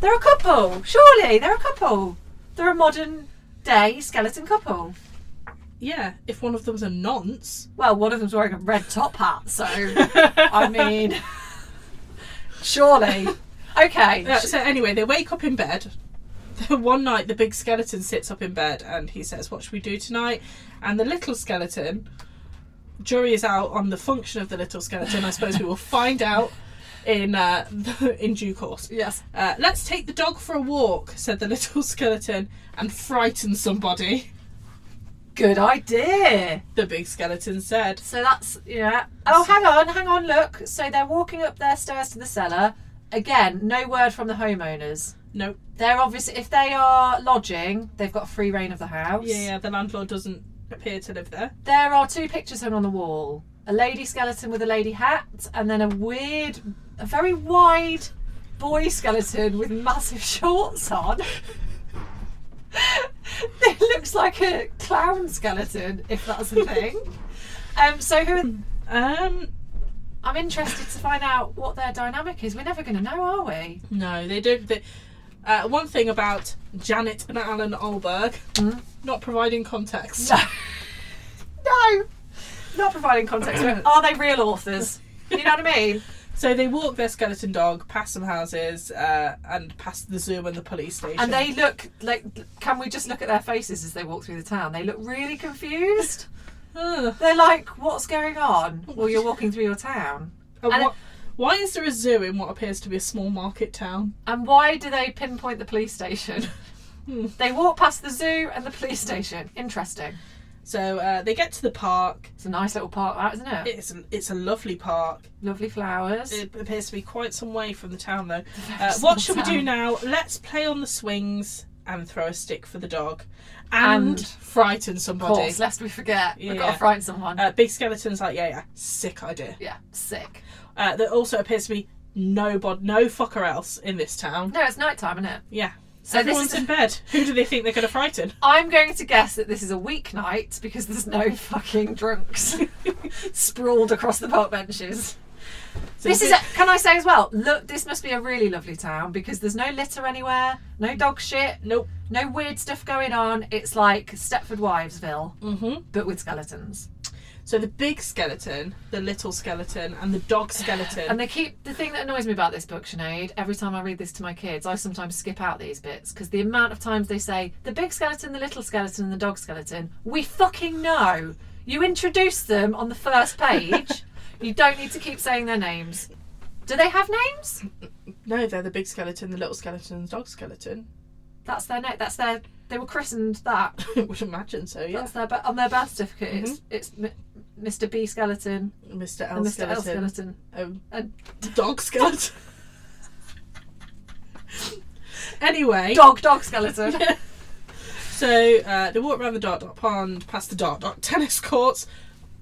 S2: They're a couple. Surely they're a couple. They're a modern day skeleton couple.
S1: yeah if one of them's a nonce
S2: Well, one of them's wearing a red top hat, so I mean, surely. Okay.
S1: Yeah, so anyway, they wake up in bed. One night, the big skeleton sits up in bed and he says, "What should we do tonight?" And the little skeleton, jury is out on the function of the little skeleton. I suppose we will find out in uh, in due course.
S2: yes.
S1: Uh, Let's take the dog for a walk," said the little skeleton, and frighten somebody.
S2: Good idea.
S1: The big skeleton said.
S2: So that's yeah. Oh, hang on, hang on. Look, so they're walking up their stairs to the cellar. Again, no word from the homeowners.
S1: "No,
S2: They're obviously if they are lodging, they've got free reign of the house.
S1: yeah, yeah, the landlord doesn't appear to live there."
S2: There are two pictures hung on the wall: a lady skeleton with a lady hat, and then a weird, a very wide boy skeleton with massive shorts on. it looks like a clown skeleton, if that's a thing. um. So who?
S1: Um,
S2: I'm interested to find out what their dynamic is. We're never going to know, are we?
S1: No, they don't. They, uh, one thing about Janet and Alan Olberg
S2: Mm.
S1: not providing context.
S2: No. no. Not providing context. but are they real authors? You know what I mean?
S1: So they walk their skeleton dog past some houses uh, and past the zoo and the police station.
S2: And they look like. Can we just look at their faces as they walk through the town? They look really confused.
S1: Ugh.
S2: They're like, "What's going on?" Well, you're walking through your town.
S1: And
S2: And-
S1: what- why is there a zoo in what appears to be a small market town?
S2: And why do they pinpoint the police station?
S1: Hmm.
S2: they walk past the zoo and the police station. Interesting.
S1: So uh, they get to the park.
S2: It's a nice little park, that isn't it?
S1: It's a, it's a lovely park.
S2: Lovely flowers.
S1: It appears to be quite some way from the town, though. Uh,
S2: small
S1: what shall we do
S2: town.
S1: now? Let's play on the swings and throw a stick for the dog, and,
S2: And-
S1: frighten
S2: of
S1: somebody.
S2: course, lest we forget. We've got
S1: Yeah.
S2: to frighten someone.
S1: Uh, Big Skeleton's like, yeah, yeah, sick idea.
S2: yeah, sick.
S1: Uh, there also appears to be no bod, no fucker else in this town.
S2: No, it's night time, isn't it?
S1: Yeah,
S2: So
S1: everyone's
S2: this is,
S1: in bed. Who do they think they're going to frighten?
S2: I'm going to guess that this is a weeknight because there's no fucking drunks sprawled across the park benches.
S1: So
S2: This
S1: you
S2: is, a,
S1: think-
S2: can I say as well? Look, this must be a really lovely town because there's no litter anywhere, no dog shit,
S1: nope.
S2: no weird stuff going on. It's like Stepford Wivesville,
S1: hmm
S2: but with skeletons.
S1: So the big skeleton, the little skeleton, and the dog skeleton.
S2: And they keep the thing that annoys me about this book, Sinead. Every time I read this to my kids, I sometimes skip out these bits because the amount of times they say the big skeleton, the little skeleton, and the dog skeleton, we fucking know. You introduce them on the first page. you don't need to keep saying their names. Do they have names?
S1: no, they're the big skeleton, the little skeleton, and the dog skeleton.
S2: That's their name. That's their. They were christened that.
S1: I would imagine so. Yeah,
S2: That's their bir- on their birth certificate. It's it's M- Mr. B skeleton
S1: Mr. L
S2: and Mr.
S1: skeleton,
S2: L skeleton.
S1: Um,
S2: And
S1: dog skeleton. anyway,
S2: dog dog skeleton.
S1: so uh, they walk around the dark dot pond, past the dark dot tennis courts,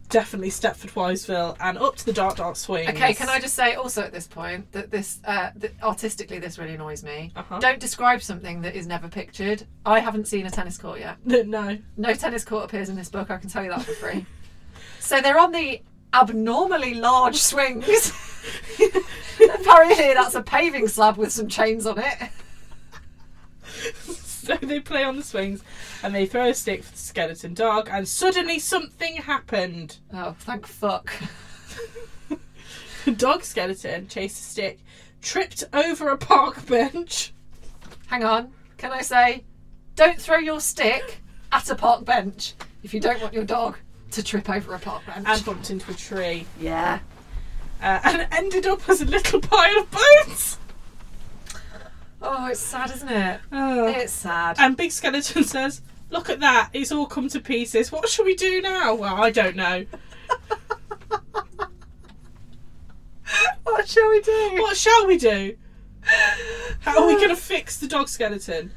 S1: definitely Stepford Wiseville, and up to the dark dot swings.
S2: Okay, can I just say also at this point that this uh, that artistically this really annoys me.
S1: Uh-huh.
S2: Don't describe something that is never pictured. I haven't seen a tennis court yet.
S1: No, no.
S2: No tennis court appears in this book. I can tell you that for free. so they're on the abnormally large swings. Apparently, that's a paving slab with some chains on it.
S1: So they play on the swings, and they throw a stick for the skeleton dog, and suddenly something happened.
S2: Oh, thank fuck!
S1: dog skeleton chased a stick, tripped over a park bench.
S2: Hang on. Can I say, don't throw your stick at a park bench if you don't want your dog to trip over a park bench.
S1: and bumped into a tree
S2: yeah.
S1: uh, and ended up as a little pile of bones.
S2: Oh, it's sad, isn't it?
S1: Oh.
S2: It's sad.
S1: And Big Skeleton says, Look at that, it's all come to pieces. What shall we do now? Well, I don't know.
S2: what shall we do?
S1: What shall we do? How are we going to fix the dog skeleton?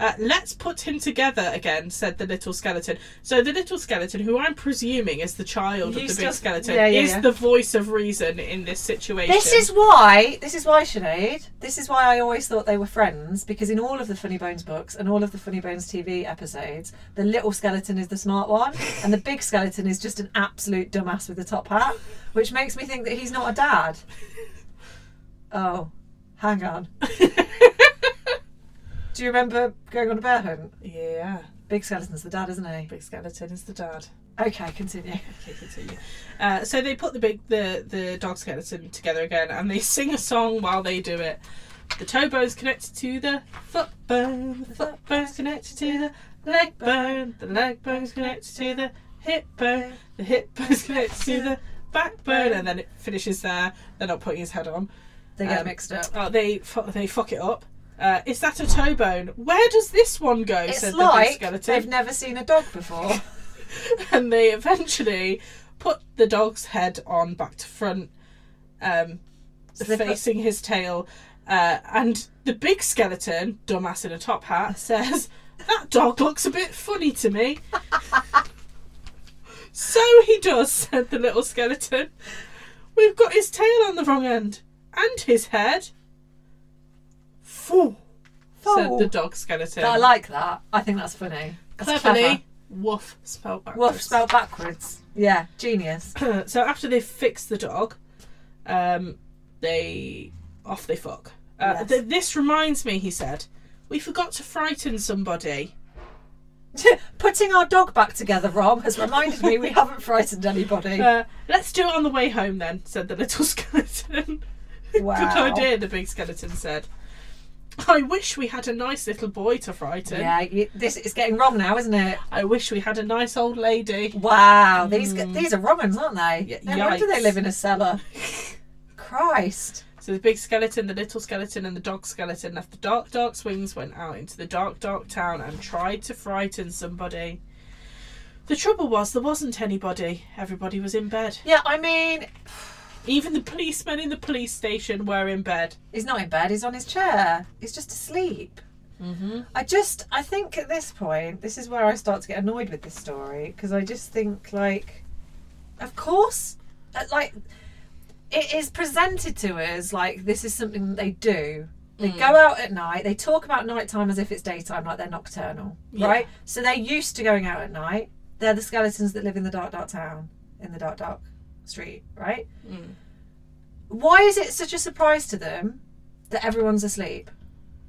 S1: Uh, let's put him together again, said the little skeleton. So the little skeleton, who I'm presuming is the child
S2: You
S1: of the
S2: still-
S1: big skeleton,
S2: yeah, yeah,
S1: is
S2: yeah.
S1: the voice of reason in this situation.
S2: This is why. This is why Sinead. This is why I always thought they were friends because in all of the Funny Bones books and all of the Funny Bones TV episodes, the little skeleton is the smart one, and the big skeleton is just an absolute dumbass with a top hat, which makes me think that he's not a dad. Oh, hang on. Do you remember going on a bear hunt?
S1: yeah,
S2: Big skeleton's the dad, isn't he?
S1: Big Skeleton is the dad.
S2: Okay, continue.
S1: Okay, continue. Uh, so they put the big the the dog skeleton together again, and they sing a song while they do it. The toe bone's connected to the foot bone. The foot bone's connected to the leg bone. The leg bone's connected to the hip bone. The hip bone's connected to the backbone, and then it finishes there. They're not putting his head on.
S2: They get
S1: Um,
S2: mixed up.
S1: Oh, they fu- they fuck it up. Uh, is that a toe bone? Where does this one go?
S2: It's
S1: said the big
S2: like
S1: skeleton.
S2: they've never seen a dog before.
S1: and they eventually put the dog's head on back to front, um,
S2: they put-
S1: facing his tail. Uh, and the big skeleton, dumbass in a top hat, says, That dog looks a bit funny to me. so he does, said the little skeleton. We've got his tail on the wrong end and his head. Fool, said the dog skeleton.
S2: I like that. I think that's funny. That's clever.
S1: Cleverly, woof spelled backwards.
S2: Woof spelled backwards. Yeah, genius.
S1: so after they've fixed the dog, Um, they off they fuck. Uh,
S2: Yes.
S1: th- this reminds me, he said, we forgot to frighten somebody.
S2: Putting our dog back together, Rom, has reminded me we haven't frightened anybody.
S1: Uh, let's do it on the way home then," said the little skeleton. Good
S2: Wow.
S1: idea, the big skeleton said. I wish we had a nice little boy to frighten.
S2: Yeah, you, this is getting wrong now, isn't it?
S1: I wish we had a nice old lady.
S2: Wow, these g these are wrong ones, aren't they?
S1: Yeah,
S2: no wonder
S1: Mm. yikes.
S2: they live in a cellar. Christ.
S1: So the big skeleton, the little skeleton, and the dog skeleton left the dark, dark swings, went out into the dark, dark town, and tried to frighten somebody. The trouble was, there wasn't anybody. Everybody was in bed.
S2: Yeah, I mean,
S1: Even the policemen in the police station were in bed.
S2: he's not in bed. He's on his chair. He's just asleep.
S1: Mm-hmm.
S2: I just, I think at this point, this is where I start to get annoyed with this story because I just think, like, of course, uh, like, it is presented to us like this is something that they do. They
S1: Mm.
S2: go out at night, they talk about nighttime as if it's daytime, like they're nocturnal,
S1: Yeah.
S2: right? So they're used to going out at night. They're the skeletons that live in the dark, dark town, in the dark, dark street, right?
S1: Mm.
S2: Why is it such a surprise to them that everyone's asleep?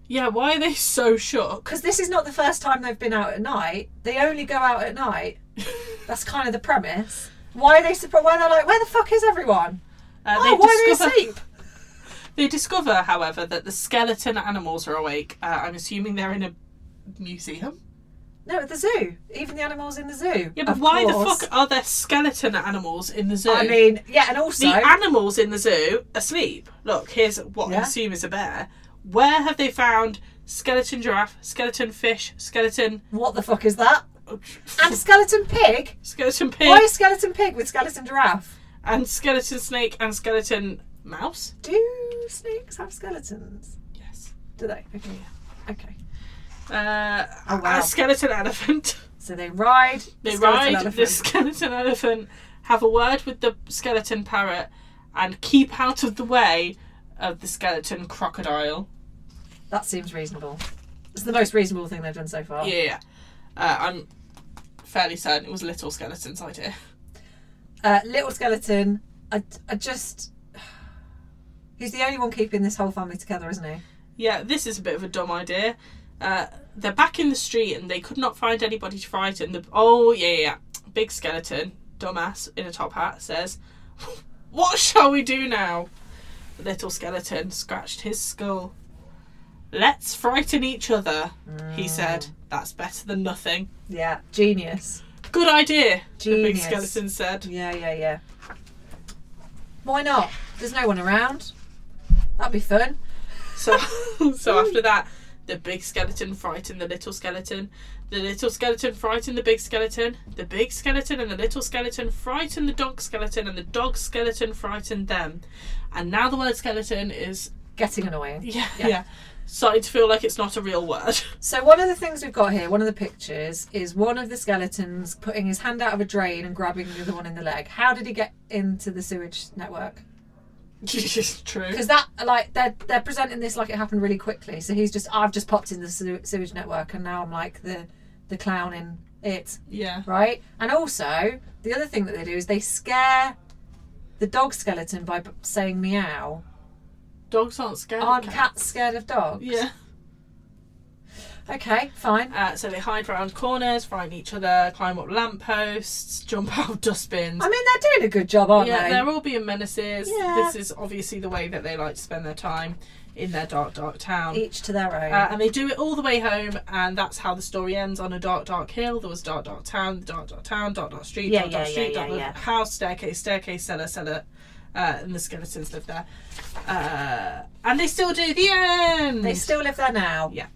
S1: Yeah, why are they so shook?
S2: because this is not the first time they've been out at night. They only go out at night. That's kind of the premise. Why are they surprised? Why they're like, where the fuck is everyone?
S1: Uh,
S2: oh, why are they asleep?
S1: They discover, however, that the skeleton animals are awake. Uh, I'm assuming they're in a museum.
S2: No, at the zoo. Even the animals in the zoo.
S1: Yeah, but
S2: Of
S1: why
S2: course.
S1: the fuck are there skeleton animals in the zoo?
S2: I mean, yeah, and also
S1: the animals in the zoo asleep. Look, here's what I
S2: Yeah.
S1: assume is a bear. Where have they found skeleton giraffe, skeleton fish, skeleton
S2: what the fuck is that? And skeleton pig.
S1: skeleton pig,
S2: Why is skeleton pig with skeleton giraffe?
S1: and skeleton snake and skeleton mouse?
S2: Do snakes have skeletons?
S1: Yes.
S2: Do they? Okay. Okay.
S1: Uh,
S2: Oh, wow.
S1: A skeleton elephant.
S2: So they ride. the
S1: They
S2: skeleton
S1: ride
S2: elephant.
S1: the skeleton elephant, have a word with the skeleton parrot, and keep out of the way of the skeleton crocodile.
S2: That seems reasonable. It's the most reasonable thing they've done so far.
S1: Yeah, uh, I'm fairly certain it was Little Skeleton's idea.
S2: Uh, little skeleton. I, I just. He's the only one keeping this whole family together, isn't he?
S1: Yeah, this is a bit of a dumb idea. Uh, they're back in the street and they could not find anybody to frighten. The oh yeah yeah, yeah. big skeleton, dumbass in a top hat says, "What shall we do now?" The little skeleton scratched his skull. Let's frighten each other, he said. That's better than nothing.
S2: Yeah. Genius.
S1: Good idea, the big
S2: Genius.
S1: skeleton said.
S2: Yeah, yeah, yeah. Why not? There's no one around. That'd be fun.
S1: So, so after that, the big skeleton frightened the little skeleton. The little skeleton frightened the big skeleton. The big skeleton and the little skeleton frightened the dog skeleton, and the dog skeleton frightened them. And now the word skeleton is
S2: Getting annoying.
S1: yeah yeah,
S2: Yeah.
S1: starting to feel like it's not a real word.
S2: So one of the things we've got here, one of the pictures, is one of the skeletons putting his hand out of a drain and grabbing the other one in the leg. How did he get into the sewage network?
S1: It's true.
S2: because that like they're they're presenting this like it happened really quickly. So he's just I've just popped in the sew- sewage network and now I'm like the the clown in it,
S1: Yeah.
S2: right? And also the other thing that they do is they scare the dog skeleton by b- saying meow.
S1: Dogs aren't scared. of
S2: Aren't
S1: cats.
S2: cats scared of dogs?
S1: Yeah.
S2: Okay, fine.
S1: Uh, so they hide round corners, frighten each other, climb up lampposts, jump out of dustbins.
S2: I mean they're doing a good job, aren't
S1: yeah,
S2: they?
S1: they're all being menaces.
S2: Yeah.
S1: This is obviously the way that they like to spend their time in their dark, dark town.
S2: Each to their own.
S1: Uh, and they do it all the way home, and that's how the story ends on a dark, dark hill. There was dark, dark town, dark, dark town, dark, dark street,
S2: Yeah,
S1: dark, dark
S2: yeah,
S1: street,
S2: yeah,
S1: dark,
S2: yeah,
S1: dark house, staircase, staircase, cellar, cellar. Uh, and the skeletons live there. Uh, and they still do the end!
S2: They still live there now.
S1: Yeah.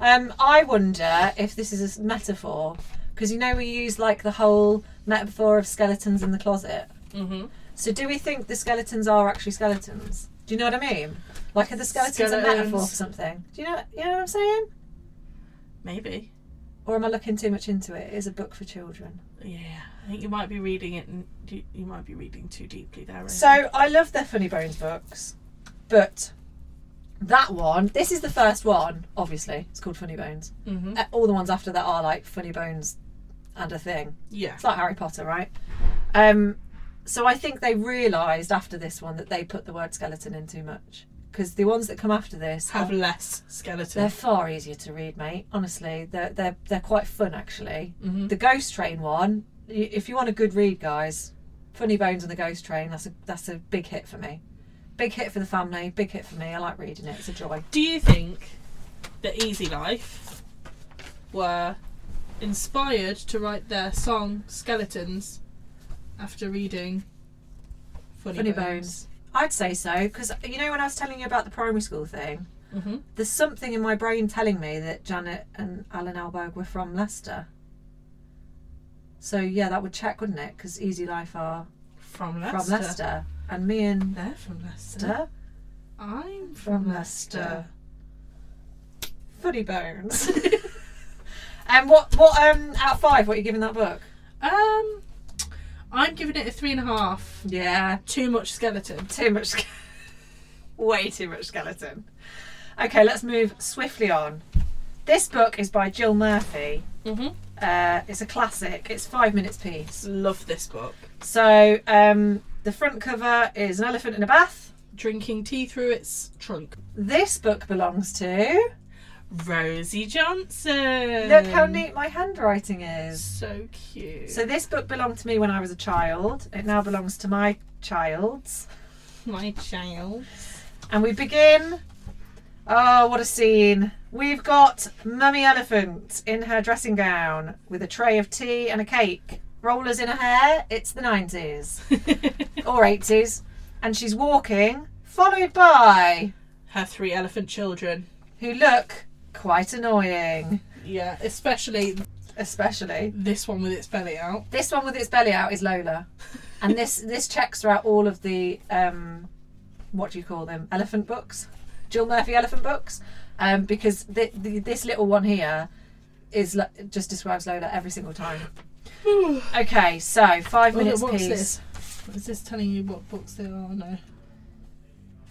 S2: Um, I wonder if this is a s- metaphor because you know we use like the whole metaphor of skeletons in the closet.
S1: mm-hmm.
S2: So do we think the skeletons are actually skeletons? Do you know what I mean? Like are the skeletons, a metaphor
S1: Skeletons.
S2: for something? Do you know you know what I'm saying?
S1: Maybe.
S2: Or am I looking too much into it? It is a book for children.
S1: Yeah. I think you might be reading it, and you, you might be reading too deeply there. Rosie.
S2: So I love their Funny Bones books, but that one, this is the first one, obviously. It's called Funny Bones.
S1: Mhm.
S2: Uh, All the ones after that are like Funny Bones and a thing.
S1: yeah.
S2: It's like Harry Potter, right? Um, So I think they realised after this one that they put the word skeleton in too much because the ones that come after this
S1: Have
S2: are,
S1: less
S2: they're
S1: skeleton.
S2: far easier to read, mate. Honestly, they're they're they're quite fun actually.
S1: Mhm.
S2: The Ghost Train one, y- if you want a good read, guys, Funny Bones and the Ghost Train. That's a that's a big hit for me. Big hit for the family. Big hit for me. I like reading it. It's a joy.
S1: Do you think the Easy Life were inspired to write their song Skeletons after reading Funny,
S2: Funny Bones. I'd say so because you know when I was telling you about the primary school thing,
S1: hmm
S2: there's something in my brain telling me that Janet and Alan Alberg were from Leicester. So yeah, that would check, wouldn't it? Because Easy Life are
S1: From Leicester.
S2: from Leicester, and me and
S1: They're from Leicester.
S2: Leicester
S1: I'm
S2: from
S1: from
S2: Leicester.
S1: Leicester.
S2: Funny bones. and what what um out of five? What are you giving that book?
S1: Um, I'm giving it a three and a half.
S2: Yeah,
S1: Too much skeleton.
S2: too much. ske- Way too much skeleton. Okay, let's move swiftly on. This book is by Jill Murphy.
S1: Mm-hmm.
S2: Uh, it's a classic. It's five minutes piece.
S1: Love this book.
S2: So um, the front cover is an elephant in a bath.
S1: Drinking tea through its trunk.
S2: This book belongs to.
S1: Rosie Johnson.
S2: Look how neat my handwriting is.
S1: So cute.
S2: So this book belonged to me when I was a child. It now belongs to my child's.
S1: my child.
S2: And we begin. Oh, what a scene. We've got Mummy Elephant in her dressing gown with a tray of tea and a cake. Rollers in her hair. It's the 90s or 80s. And she's walking, followed by
S1: Her three elephant children.
S2: who look quite annoying,
S1: Yeah, especially
S2: especially.
S1: this one with its belly out.
S2: This one with its belly out is Lola. And this this checks throughout all of the um what do you call them? Elephant books. Jill Murphy elephant books. Um because thi the, this little one here is lo- just describes Lola every single time.
S1: Ooh.
S2: Okay, so 5
S1: Oh,
S2: minutes
S1: what's
S2: piece.
S1: this? Is this telling you what books there are? No.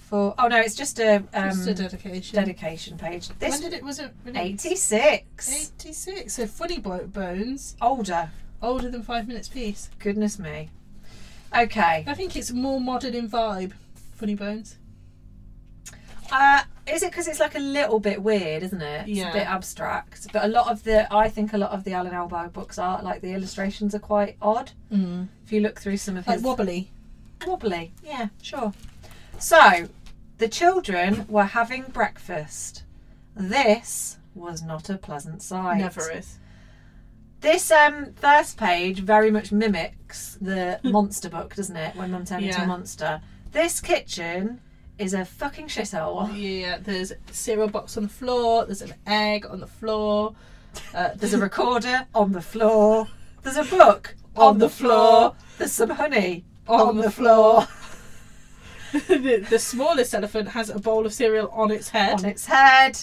S2: For Oh no, it's just a um
S1: Just a dedication.
S2: dedication page.
S1: when
S2: This
S1: did it was it released?
S2: 86.
S1: 86. So Funny Bo- Bones,
S2: Older.
S1: older than Five Minutes Peace.
S2: Goodness me. Okay.
S1: I think it's more modern in vibe. Funny Bones.
S2: Uh, is it because it's like a little bit weird, isn't it? It's
S1: Yeah.
S2: a bit abstract. But a lot of the, I think a lot of the Alan Alberg books are like the illustrations are quite odd.
S1: Mm.
S2: If you look through some of
S1: Like
S2: his
S1: wobbly.
S2: wobbly, yeah, sure. So the children were having breakfast. This was not a pleasant sight.
S1: Never is.
S2: This um, first page very much mimics the monster book, doesn't it? When Mum turned into
S1: Yeah.
S2: a monster. This kitchen is a fucking shithole.
S1: Yeah, there's a cereal box on the floor. There's an egg on the floor. Uh,
S2: There's a recorder on the floor. There's a book on, the, floor. There's some honey on, the, floor.
S1: the, the smallest elephant has a bowl of cereal on its head.
S2: on its head.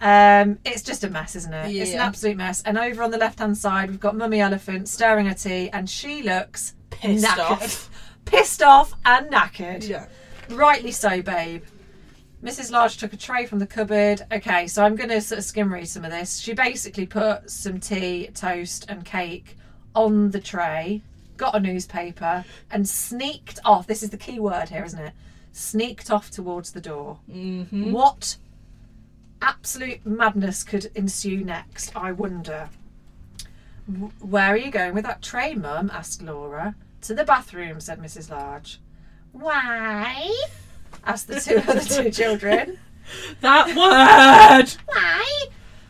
S2: Um, it's just a mess, isn't it? It's an
S1: Yeah.
S2: absolute mess. And over on the left hand side, we've got Mummy Elephant stirring her tea, and she looks
S1: Pissed
S2: knackered.
S1: off.
S2: Pissed off and knackered.
S1: Yeah.
S2: Rightly so, babe. Mrs. Large took a tray from the cupboard. Okay, so I'm going to sort of skim read some of this. She basically put some tea, toast, and cake on the tray, got a newspaper, and sneaked off. This is the key word here, isn't it? Sneaked off towards the door.
S1: Mm-hmm.
S2: What absolute madness could ensue next, I wonder. "W- Where are you going with that tray, mum? asked Laura. To the bathroom, said Mrs. Large. Why? asked the two other two children.
S1: That word!
S2: Why?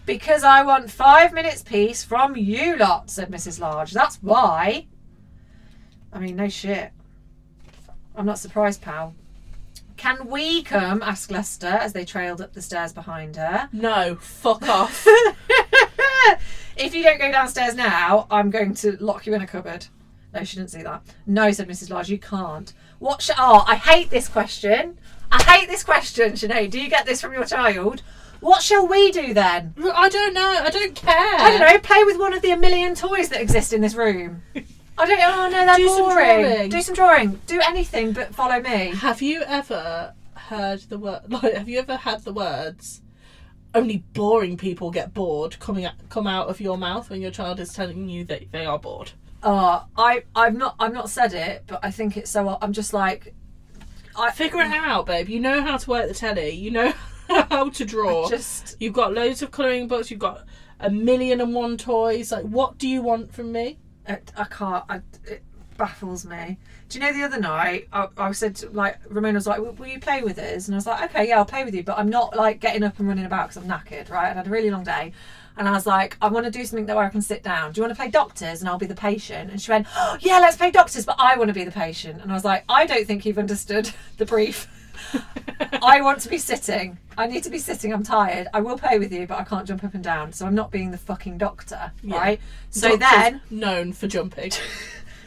S2: Because I want five minutes peace from you lot, said Mrs. Large. That's why. I mean, no shit. I'm not surprised, pal. Can we come? asked Lester as they trailed up the stairs behind her.
S1: No, fuck off.
S2: if you don't go downstairs now, I'm going to lock you in a cupboard. No, she didn't see that. No, said Mrs. Large, you can't. What sh- Oh, I hate this question. I hate this question, Sinead. Do you get this from your child? What shall we do then?
S1: I don't know. I don't care.
S2: I don't know, play with one of the a million toys that exist in this room. I don't oh no, they're
S1: Do some
S2: boring.
S1: drawing.
S2: Do some drawing. Do anything but follow me.
S1: Have you ever heard the word? Like, have you ever had the words? only boring people get bored coming out, come out of your mouth when your child is telling you that they are bored.
S2: Uh, I I've not I've not said it, but I think it's so. I'm just like, I
S1: Figure it out, babe. You know how to work the telly. You know how to draw.
S2: just
S1: You've got loads of colouring books. You've got a million and one toys. Like, what do you want from me?
S2: I, I can't. I, it baffles me. Do you know the other night I, I said to- like Ramona was like, will, "Will you play with us?" And I was like, "Okay, yeah, I'll play with you," but I'm not like getting up and running about because I'm knackered, right? I'd had a really long day, and I was like, "I want to do something that where I can sit down. Do you want to play doctors?" And I'll be the patient. And she went, oh, "Yeah, let's play doctors," but I want to be the patient. And I was like, "I don't think you've understood the brief." I want to be sitting. I need to be sitting. I'm tired. I will play with you, but I can't jump up and down. So I'm not being the fucking doctor,
S1: Yeah.
S2: right? So
S1: Doctors
S2: then
S1: known for jumping.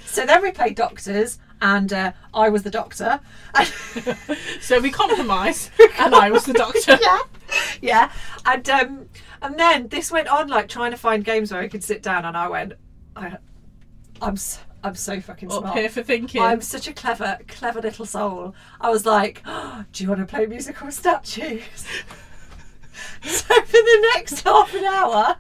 S2: so then we played doctors, and uh, I was the doctor. And-
S1: so we compromise, and I was the doctor.
S2: yeah, yeah. And um, and then this went on like trying to find games where I could sit down, and I went, I, I'm s- I'm so fucking
S1: Up
S2: smart.
S1: here for thinking.
S2: I'm such a clever, clever little soul. I was like, "Oh, do you want to play musical statues? so for the next half an hour,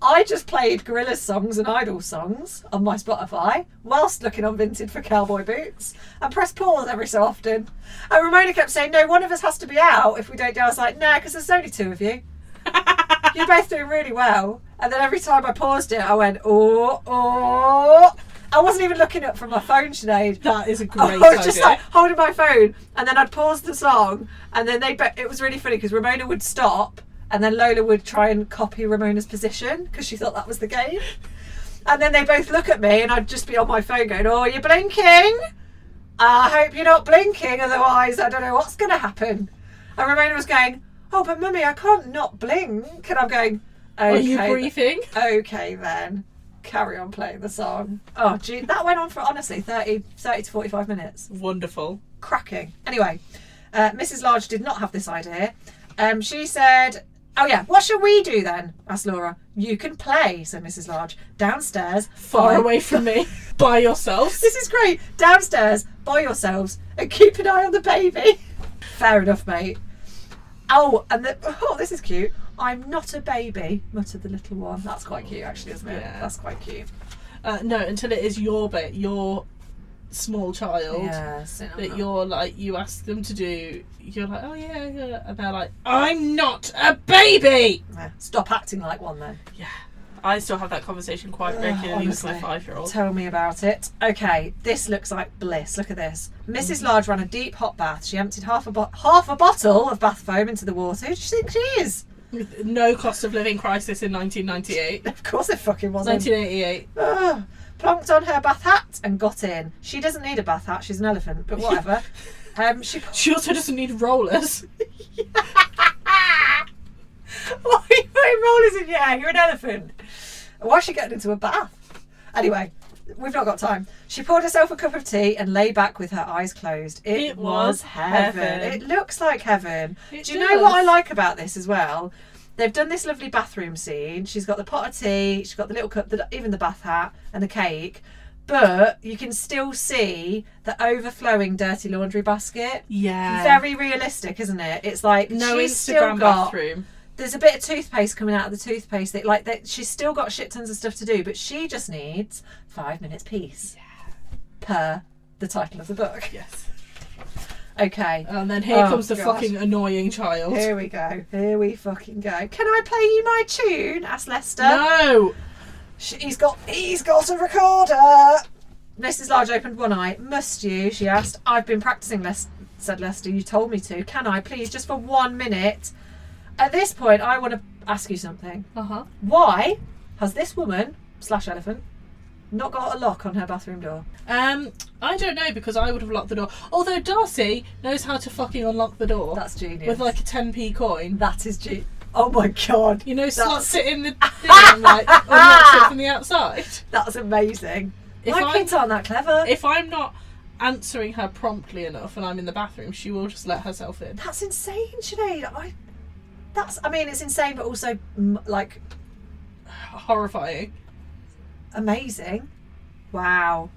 S2: I just played Gorilla songs and Idol songs on my Spotify whilst looking on Vinted for cowboy boots and pressed pause every so often. And Ramona kept saying, no, one of us has to be out if we don't do it." I was like, no, because there's only two of you. You're both doing really well. And then every time I paused it, I went, oh, oh. I wasn't even looking up from my phone, Sinead.
S1: that is a great
S2: I was just
S1: idea.
S2: like holding my phone, and then I'd pause the song, and then they. But it was really funny because Ramona would stop, and then Lola would try and copy Ramona's position because she thought that was the game. And then they both look at me, and I'd just be on my phone going, "Oh, you're blinking. I hope you're not blinking, otherwise I don't know what's going to happen." And Ramona was going, "Oh, but mummy, I can't not blink," and I'm going, "Okay,
S1: Are you breathing?
S2: okay then." Carry on playing the song. Oh, gee, that went on for honestly 30, 30 to 45 minutes
S1: Wonderful.
S2: cracking. Anyway, uh, Mrs. Large did not have this idea. Um, she said, "Oh yeah, what shall we do then?" asked Laura. "You can play," said Mrs. Large. "Downstairs,
S1: Far
S2: by-
S1: away from me, by yourselves.
S2: This is great. Downstairs by yourselves and keep an eye on the baby. Fair enough, mate. Oh, and the, oh, this is cute. I'm not a baby," muttered the little one. That's quite cute, actually, isn't it?
S1: Yeah.
S2: That's quite cute.
S1: Uh, no, until it is your bit, your small child.
S2: Yes, and I'm
S1: That
S2: not-
S1: you're like, you ask them to do, you're like, oh yeah, yeah. And they're like, I'm not a baby!
S2: Yeah. Stop acting like one then.
S1: I still have that conversation quite
S2: Ugh,
S1: regularly with my
S2: honestly.
S1: five year old.
S2: Tell me about it. Okay, this looks like bliss. Look at this. Mrs. Large ran a deep hot bath. She emptied half a bo- half a bottle of bath foam into the water. Who do you think she is?
S1: No cost of living crisis in 1998.
S2: Of course it fucking wasn't.
S1: 1988.
S2: Ugh. Plonked on her bath hat and got in. She doesn't need a bath hat. She's an elephant, but whatever. um, she.
S1: She also doesn't need rollers.
S2: Why are you putting rollers in your hair? You're an elephant. Why is she getting into a bath? Anyway, we've not got time. She poured herself a cup of tea and lay back with her eyes closed. It,
S1: It
S2: was
S1: was
S2: heaven.
S1: heaven.
S2: It looks like heaven.
S1: It
S2: Do you know what I
S1: does.
S2: like about this as well? They've done this lovely bathroom scene. She's got the pot of tea, she's got the little cup, the, even the bath hat and the cake. But you can still see the overflowing dirty laundry basket.
S1: Yeah.
S2: Very realistic, isn't it? It's like
S1: no
S2: she's still
S1: Instagram
S2: got
S1: bathroom.
S2: there's a bit of toothpaste coming out of the toothpaste that like that she's still got shit tons of stuff to do but she just needs five minutes peace per the title of the book
S1: Yes.
S2: okay
S1: And then here
S2: Oh,
S1: comes the
S2: God.
S1: fucking annoying child.
S2: here we go here we fucking go can i play you my tune asked lester
S1: No!
S2: Sh he's got he's got a recorder mrs large opened one eye must you she asked i've been practicing Les- said lester you told me to can i please just for one minute at this point i want to ask you something
S1: Uh huh.
S2: why has this woman slash elephant not got a lock on her bathroom door?
S1: Um, I don't know because I would have locked the door. Although Darcy knows how to fucking unlock the door
S2: That's genius.
S1: with like a 10p coin.
S2: that is genius. Oh my god,
S1: You know, slots
S2: that's,
S1: it in the thing and like unlocks it from the outside.
S2: that's amazing.
S1: If
S2: my
S1: I-
S2: kids aren't that clever.
S1: If I'm not answering her promptly enough and I'm in the bathroom, she will just let herself in.
S2: that's insane, Sinead. I, that's I mean, it's insane, but also mm, like
S1: Horrifying.
S2: amazing. Wow.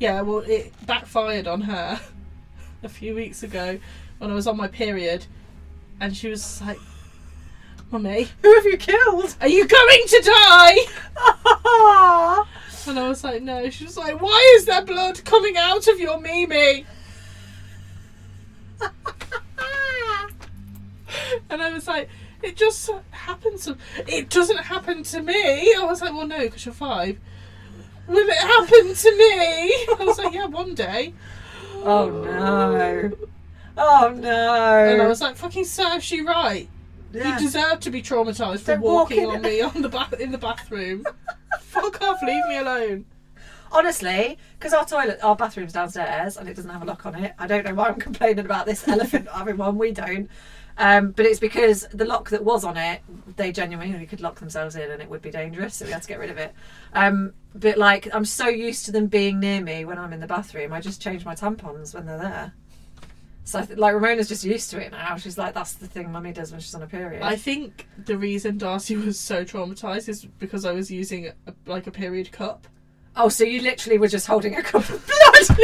S1: Yeah, well, it backfired on her a few weeks ago when I was on my period, and she was like, Mummy,
S2: Who have you killed?
S1: are you going to die?
S2: oh,
S1: And I was like, no. She was like, why is there blood coming out of your Mimi? And I was like, it just happens. To, it doesn't happen to me. I was like, well, no, because you're five. Will it happen to me? I was like, yeah, one day.
S2: no. Oh, no.
S1: And I was like, fucking serves you right.
S2: Yeah.
S1: You deserve to be traumatized for
S2: They're
S1: walking,
S2: walking-
S1: on me on the bath in the bathroom. Fuck off, leave me alone.
S2: Honestly, because our toilet, our bathroom's downstairs and it doesn't have a lock on it. I don't know why I'm complaining about this elephant having one. We don't. Um, but it's because the lock that was on it, they genuinely could lock themselves in and it would be dangerous, so we had to get rid of it. Um, but like, I'm so used to them being near me when I'm in the bathroom, I just change my tampons when they're there. So I th- like Ramona's just used to it now. She's like, that's the thing mummy does when she's on a period.
S1: I think the reason Darcy was so traumatized is because I was using a, like a period cup.
S2: oh, so you literally were just holding a cup of blood,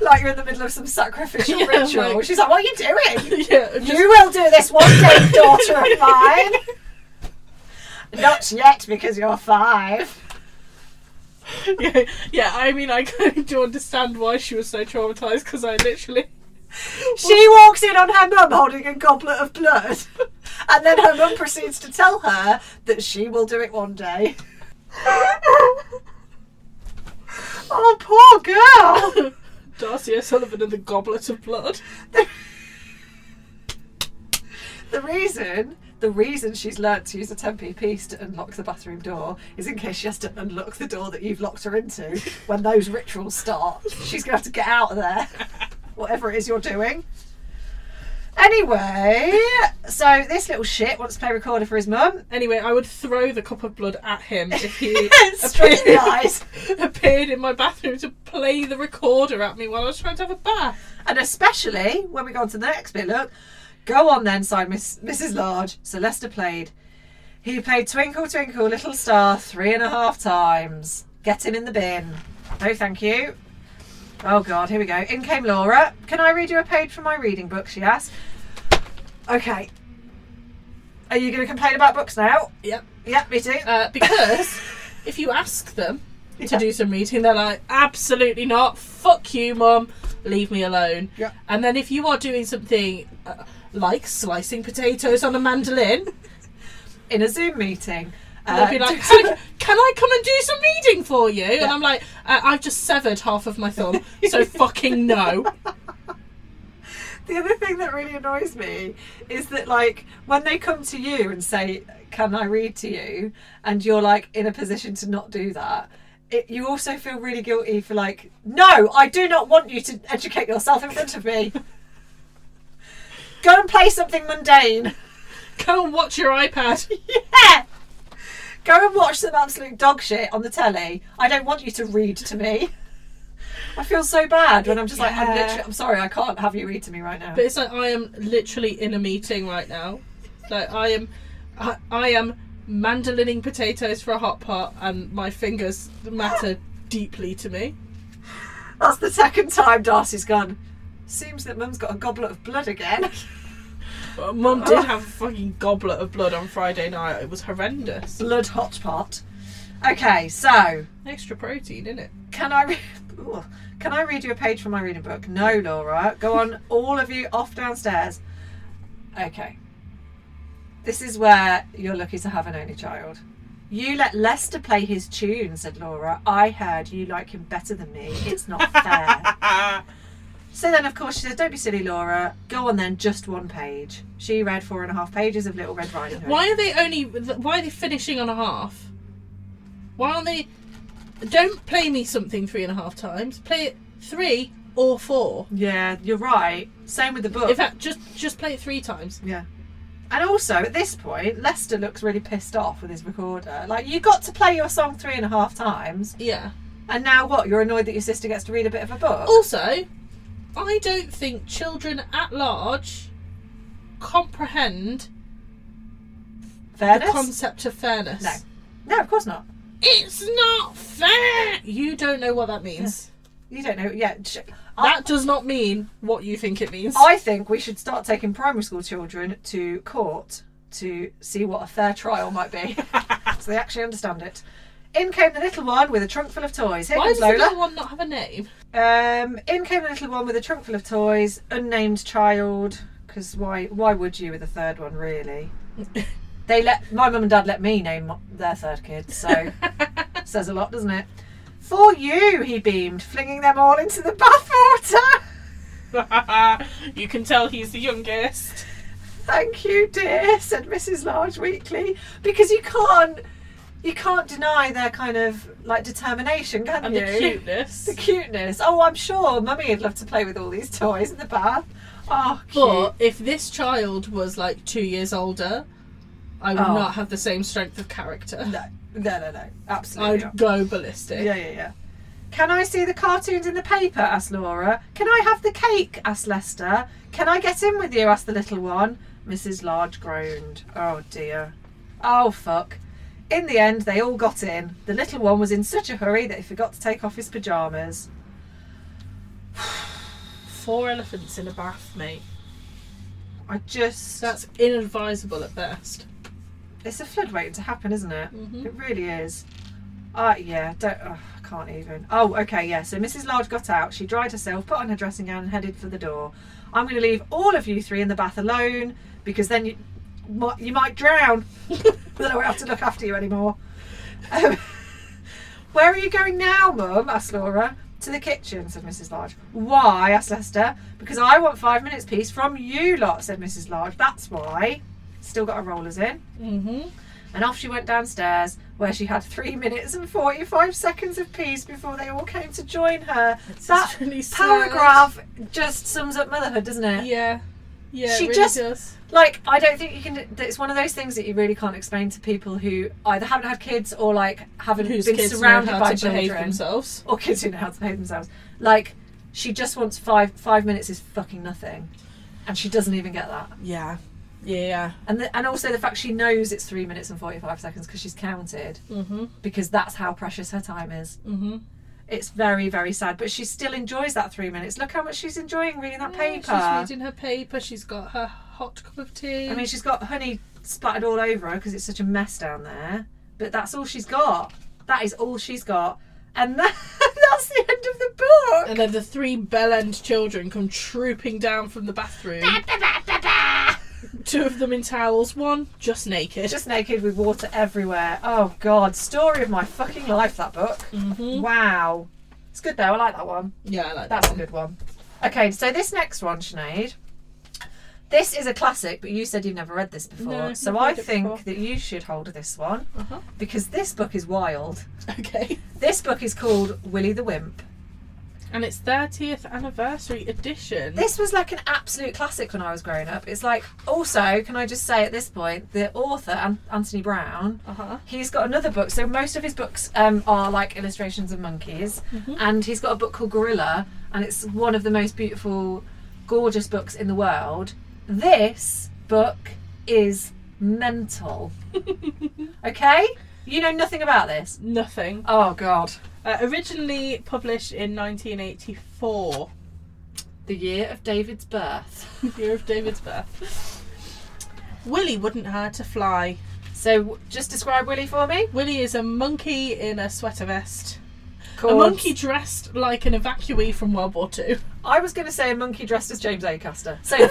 S2: like you're in the middle of some sacrificial
S1: Yeah,
S2: ritual.
S1: like-
S2: She's like, what are you doing?
S1: yeah, just-
S2: You will do this one day, daughter of mine. Not yet, because you're five.
S1: yeah, yeah. I mean, I kind of understand why she was so traumatized because I literally
S2: She walks in on her mum holding a goblet of blood, and then her mum proceeds to tell her that she will do it one day. oh, poor girl!
S1: Darcy O'Sullivan and the goblet of blood.
S2: The reason. The reason she's learnt to use a 10p piece to unlock the bathroom door is in case she has to unlock the door that you've locked her into when those rituals start. She's going to have to get out of there, whatever it is you're doing. Anyway, so this little shit wants to play recorder for his mum.
S1: Anyway, I would throw the cup of blood at him if he
S2: It's really nice.
S1: appeared in my bathroom to play the recorder at me while I was trying to have a bath.
S2: And especially when we go on to the next bit, look. Go on then, sighed Miss, Mrs. Large. So Lester played. He played Twinkle Twinkle Little Star three and a half times. Get him in the bin. No, thank you. Oh God, here we go. In came Laura. Can I read you a page from my reading book? She asked. Okay. Are you going to complain about books now?
S1: Yep.
S2: Yep, me too.
S1: Uh, because if you ask them to do some reading, they're like, absolutely not. Fuck you, mum. Leave me alone.
S2: Yeah.
S1: And then if you are doing something uh, like slicing potatoes on a mandolin,
S2: In a Zoom meeting. Uh,
S1: they'll be like, can, can I come and do some reading for you? And I'm like, uh, I've just severed half of my thumb, so fucking no.
S2: The other thing that really annoys me is that, like, when they come to you and say, Can I read to you? and you're like in a position to not do that, it, you also feel really guilty for, like, No, I do not want you to educate yourself in front of me. Go and play something mundane.
S1: Go and watch your iPad.
S2: Yeah. Go and watch some absolute dog shit on the telly. I don't want you to read to me. I feel so bad when I'm just like, I'm
S1: Yeah.
S2: literally, I'm sorry, I can't have you read to me right now.
S1: But it's like I am literally in a meeting right now. Like I am, I, I am mandolining potatoes for a hot pot, and my fingers matter deeply to me.
S2: That's the second time Darcy's gone. Seems that Mum's got a goblet of blood again.
S1: But Mum did have a fucking goblet of blood on Friday night. It was horrendous.
S2: blood hot pot. Okay, so
S1: Extra protein, innit?
S2: can I re- Ooh. can I read you a page from my reading book? No, Laura. Go on, all of you off downstairs. Okay. This is where you're lucky to have an only child. You let Lester play his tune, said Laura. I heard you like him better than me. It's not fair. So then, of course, she says, Don't be silly, Laura. Go on then, just one page. She read four and a half pages of Little Red Riding Hood.
S1: Why are they only? Why are they finishing on a half? Why aren't they? Don't play me something three and a half times. Play it three or four.
S2: Yeah, you're right. Same with the book.
S1: In fact, just just play it three times.
S2: yeah. And also, at this point, Lester looks really pissed off with his recorder. Like, you got to play your song three and a half times,
S1: Yeah.
S2: and now what? You're annoyed that your sister gets to read a bit of a book?
S1: Also, I don't think children at large comprehend
S2: Fairness?
S1: the concept of fairness.
S2: no. No, of course not.
S1: It's not fair. You don't know what that means.
S2: You don't know. Yeah. sh- I,
S1: That does not mean what you think it means.
S2: I think we should start taking primary school children to court to see what a fair trial might be. so they actually understand it. In came the little one with a trunk full of toys. Here
S1: Why
S2: comes
S1: does the
S2: Lola.
S1: little one not have a name?
S2: Um, in came the little one with a trunk full of toys, unnamed child. Because why? Why would you with a third one, really? they let my mum and dad let me name my- their third kid, so says a lot, doesn't it? For you, he beamed, flinging them all into the bathwater.
S1: you can tell he's the youngest.
S2: Thank you, dear," said Mrs. Large weakly, because you can't, you can't deny their kind of like determination, can
S1: And
S2: you?
S1: the cuteness.
S2: The cuteness. Oh, I'm sure Mummy would love to play with all these toys in the bath. Oh, cute.
S1: But if this child was like two years older, I would
S2: Oh.
S1: not have the same strength of character.
S2: No, no, no, no. Absolutely.
S1: I'd
S2: not.
S1: go ballistic.
S2: Yeah, yeah, yeah. Can I see the cartoons in the paper? asked Laura. Can I have the cake? asked Lester. Can I get in with you? asked the little one. Mrs. Large groaned. Oh dear. Oh fuck. In the end, they all got in. The little one was in such a hurry that he forgot to take off his pyjamas.
S1: Four elephants in a bath, mate.
S2: I just.
S1: That's inadvisable at best.
S2: It's a flood waiting to happen, isn't it?
S1: Mhm.
S2: It really is. Uh, yeah, don't, oh, I can't even. Oh, okay, yeah. So Mrs. Large got out. She dried herself, put on her dressing gown, and headed for the door. I'm going to leave all of you three in the bath alone because then you, mi- you might drown. then I won't have to look after you anymore. Um, Where are you going now, Mum? asked Laura. To the kitchen, said Mrs. Large. Why? asked Lester. Because I want five minutes peace from you lot, said Mrs. Large. That's why. Still got her rollers in
S1: Mm-hmm.
S2: and off she went downstairs, where she had three minutes and 45 seconds of peace before they all came to join her. That
S1: really
S2: paragraph just sums up motherhood, doesn't it?
S1: Yeah. Yeah,
S2: She
S1: it really
S2: just-
S1: does.
S2: Like, I don't think you can. It's one of those things that you really can't explain to people who either haven't had kids or, like, haven't
S1: Whose
S2: been
S1: kids
S2: surrounded
S1: know how
S2: by
S1: to behave
S2: children.
S1: themselves.
S2: Or kids who know how to behave themselves. Like, she just wants five. Five minutes is fucking nothing. And she doesn't even get that.
S1: Yeah. Yeah.
S2: And, the, and also the fact she knows it's three minutes and 45 seconds because she's counted.
S1: Mm-hmm.
S2: because that's how precious her time is.
S1: Mm-hmm.
S2: It's very, very sad, but she still enjoys that three minutes. Look how much she's enjoying reading that paper.
S1: She's reading her paper. She's got her hot cup of tea.
S2: I mean, she's got honey splattered all over her because it's such a mess down there, but that's all she's got. That is all she's got. And that, that's the end of the book.
S1: and then the three bell end children come trooping down from the bathroom. Two of them in towels, one just naked.
S2: Just naked with water everywhere. Oh, God. Story of my fucking life, that book.
S1: Mhm.
S2: Wow. It's good, though. I like that one.
S1: Yeah, I like
S2: That's a
S1: that.
S2: good one. Okay, so this next one, Sinead. This is a classic, but you said you've never read this before.
S1: No, I've
S2: so
S1: never
S2: I
S1: read it
S2: think
S1: before.
S2: that you should hold this one
S1: Uh-huh.
S2: because this book is wild.
S1: Okay.
S2: This book is called Willy the Wimp.
S1: And it's 30th anniversary edition.
S2: This was like an absolute classic when I was growing up. It's like, also, can I just say at this point, the author, An- Anthony Brown,
S1: Uh-huh.
S2: he's got another book. So most of his books um, are like illustrations of monkeys,
S1: Mm-hmm.
S2: and he's got a book called Gorilla, and it's one of the most beautiful, gorgeous books in the world. This book is mental. okay, you know nothing about this.
S1: Nothing.
S2: Oh God,
S1: Uh, originally published in 1984,
S2: the year of David's birth.
S1: year of David's birth. Willie wouldn't hurt to fly.
S2: So w- just describe Willy for me.
S1: Willie is a monkey in a sweater vest. A
S2: Called-
S1: monkey dressed like an evacuee from World War Two.
S2: I was going to say a monkey dressed as James Acaster. Same,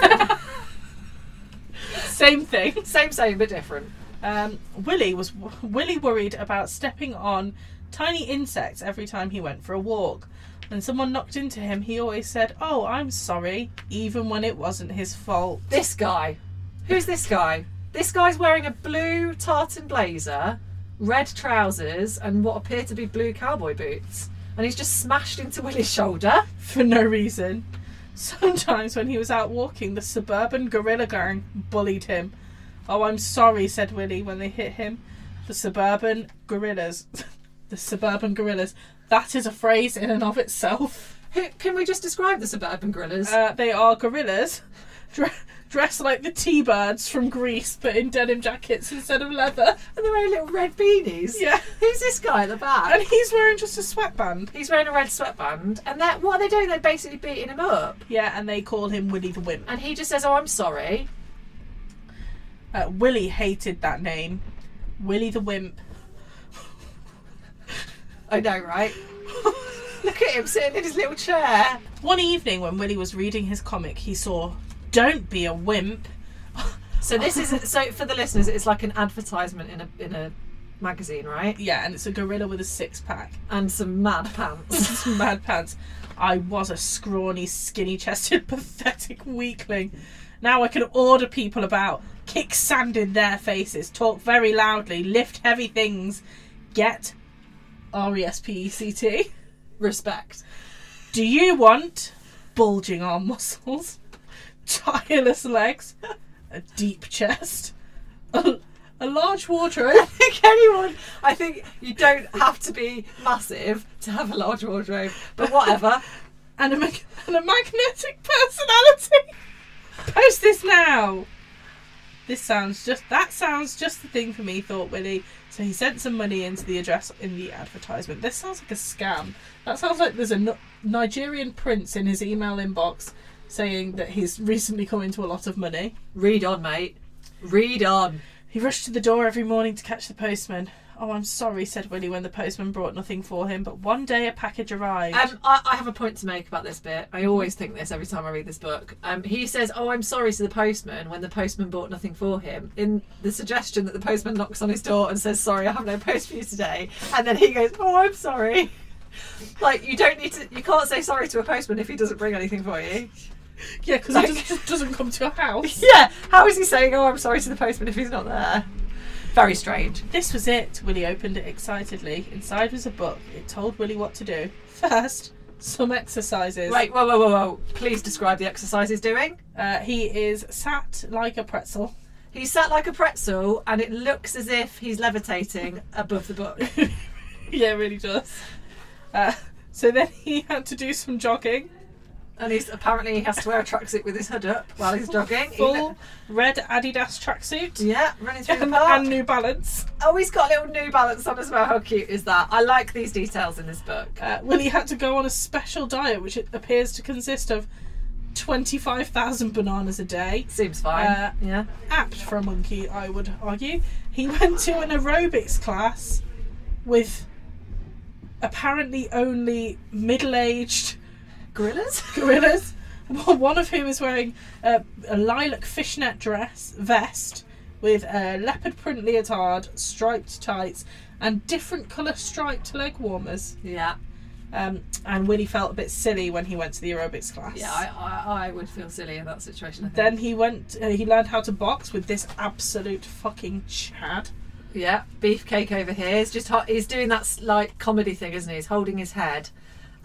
S1: Same thing.
S2: same, same, but different.
S1: Um, Willie was Willie worried about stepping on tiny insects every time he went for a walk. When someone knocked into him, he always said, "Oh, I'm sorry," even when it wasn't his fault.
S2: this guy. Who's this guy? This guy's wearing a blue tartan blazer, red trousers, and what appear to be blue cowboy boots. And he's just smashed into Willie's shoulder.
S1: for no reason. Sometimes when he was out walking, the suburban gorilla gang bullied him. Oh, I'm sorry, said Willie when they hit him. The suburban gorillas. the suburban gorillas. That is a phrase in and of itself.
S2: Who, can we just describe the suburban gorillas?
S1: Uh, they are gorillas dre- dressed like the tea birds from Greece, but in denim jackets instead of leather.
S2: and they're wearing little red beanies.
S1: Yeah. Uh,
S2: Who's this guy at the back?
S1: And he's wearing just a sweatband.
S2: he's wearing a red sweatband. And that what are they doing? They're basically beating him up.
S1: Yeah, and they call him Willie the Wimp.
S2: And he just says, "Oh, I'm sorry."
S1: Uh, Willie hated that name. Willie the Wimp.
S2: I know, right? Look at him sitting in his little chair.
S1: One evening when Willie was reading his comic, he saw Don't Be a Wimp.
S2: So this is so for the listeners, it's like an advertisement in a in a magazine, right?
S1: Yeah, and it's a gorilla with a six pack.
S2: And some mad pants.
S1: It's mad pants. I was a scrawny, skinny chested, pathetic weakling. Now I can order people about, kick sand in their faces, talk very loudly, lift heavy things, get R E S P E C T.
S2: Respect.
S1: Do you want bulging arm muscles, tireless legs, a deep chest, a, a large wardrobe?
S2: I think anyone. I think you don't have to be massive to have a large wardrobe, but whatever.
S1: and a, mag- and a magnetic personality. Post this now. This sounds just that sounds just the thing for me, thought Willie. So he sent some money into the address in the advertisement. This sounds like a scam. That sounds like there's a N- Nigerian prince in his email inbox saying that he's recently come into a lot of money.
S2: Read on, mate. Read on.
S1: He rushed to the door every morning to catch the postman. Oh, I'm sorry, said Willie when the postman brought nothing for him. But one day a package arrived.
S2: Um, I, I have a point to make about this bit. I always think this every time I read this book. Um, he says, "Oh, I'm sorry" to the postman when the postman bought nothing for him. In the suggestion that the postman knocks on his door and says, "Sorry, I have no post for you today," and then he goes, "Oh, I'm sorry." Like you don't need to. You can't say sorry to a postman if he doesn't bring anything for you.
S1: yeah, because
S2: like-
S1: he just doesn't come to your house.
S2: Yeah. How is he saying, "Oh, I'm sorry" to the postman if he's not there? Very strange.
S1: This was it. Willie opened it excitedly. Inside was a book. It told Willie what to do. First, some exercises.
S2: Wait, whoa, whoa, whoa, whoa! Please describe the exercise he's doing.
S1: Uh, he is sat like a pretzel.
S2: He's sat like a pretzel, and it looks as if he's levitating above the book.
S1: yeah, really does. Uh, so then he had to do some jogging.
S2: And he's apparently he has to wear a tracksuit with his hood up while he's jogging. He
S1: Full red Adidas tracksuit.
S2: li- yeah, running through the
S1: And,
S2: park.
S1: and New Balance.
S2: oh, he's got a little New Balance on as well. How cute is that? I like these details in this book.
S1: Uh, Willie had to go on a special diet, which it appears to consist of 25,000 bananas a day.
S2: Seems fine.
S1: Uh,
S2: yeah.
S1: apt for a monkey, I would argue. He went to an aerobics class with apparently only middle aged
S2: Gorillas?
S1: gorillas, one of whom is wearing a, a lilac fishnet dress vest with a leopard print leotard, striped tights, and different colour striped leg warmers.
S2: yeah.
S1: Um, and Willie felt a bit silly when he went to the aerobics class.
S2: Yeah, I, I, I would feel silly in that situation. I think.
S1: then he went. Uh, he learned how to box with this absolute fucking Chad.
S2: Yeah, beefcake over here. He's just hot. He's doing that like comedy thing, isn't he? He's holding his head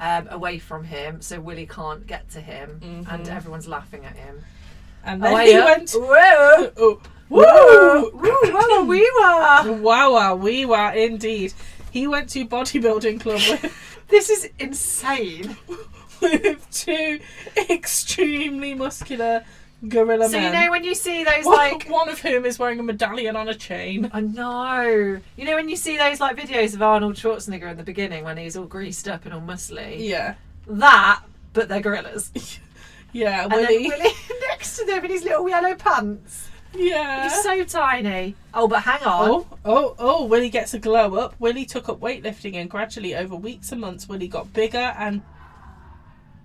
S2: um, away from him so Willie can't get to him, and everyone's laughing at him.
S1: Mm-hmm. And then
S2: Away
S1: he
S2: up.
S1: went.
S2: Whoa,
S1: Oh,
S2: whoa,
S1: woo!
S2: whoa, whoa, wee wah.
S1: Wow, wow, we were indeed. He went to bodybuilding club with,
S2: This is insane.
S1: with two extremely muscular gorilla
S2: So you
S1: men.
S2: know when you see those
S1: one,
S2: like
S1: one of whom is wearing a medallion on a chain.
S2: I know. You know when you see those like videos of Arnold Schwarzenegger in the beginning when he's all greased up and all muscly.
S1: Yeah,
S2: That, but they're gorillas.
S1: yeah,
S2: And then
S1: Willie.
S2: Willie next to them in his little yellow pants.
S1: Yeah.
S2: He's so tiny. Oh, but hang on.
S1: Oh, oh, oh, Willie gets a glow up. Willie took up weightlifting and gradually over weeks and months Willie got bigger and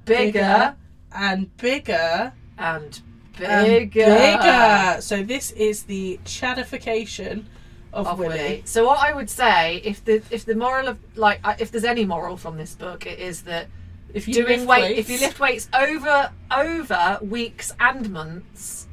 S2: bigger,
S1: bigger. and bigger
S2: and bigger.
S1: and bigger. So this is the chadification of,
S2: Of
S1: Willie.
S2: Willy. So what I would say, if the if the moral of like I- if there's any moral from this book, it is that
S1: If
S2: doing
S1: lift
S2: weight
S1: weights-
S2: if you lift weights over over weeks and months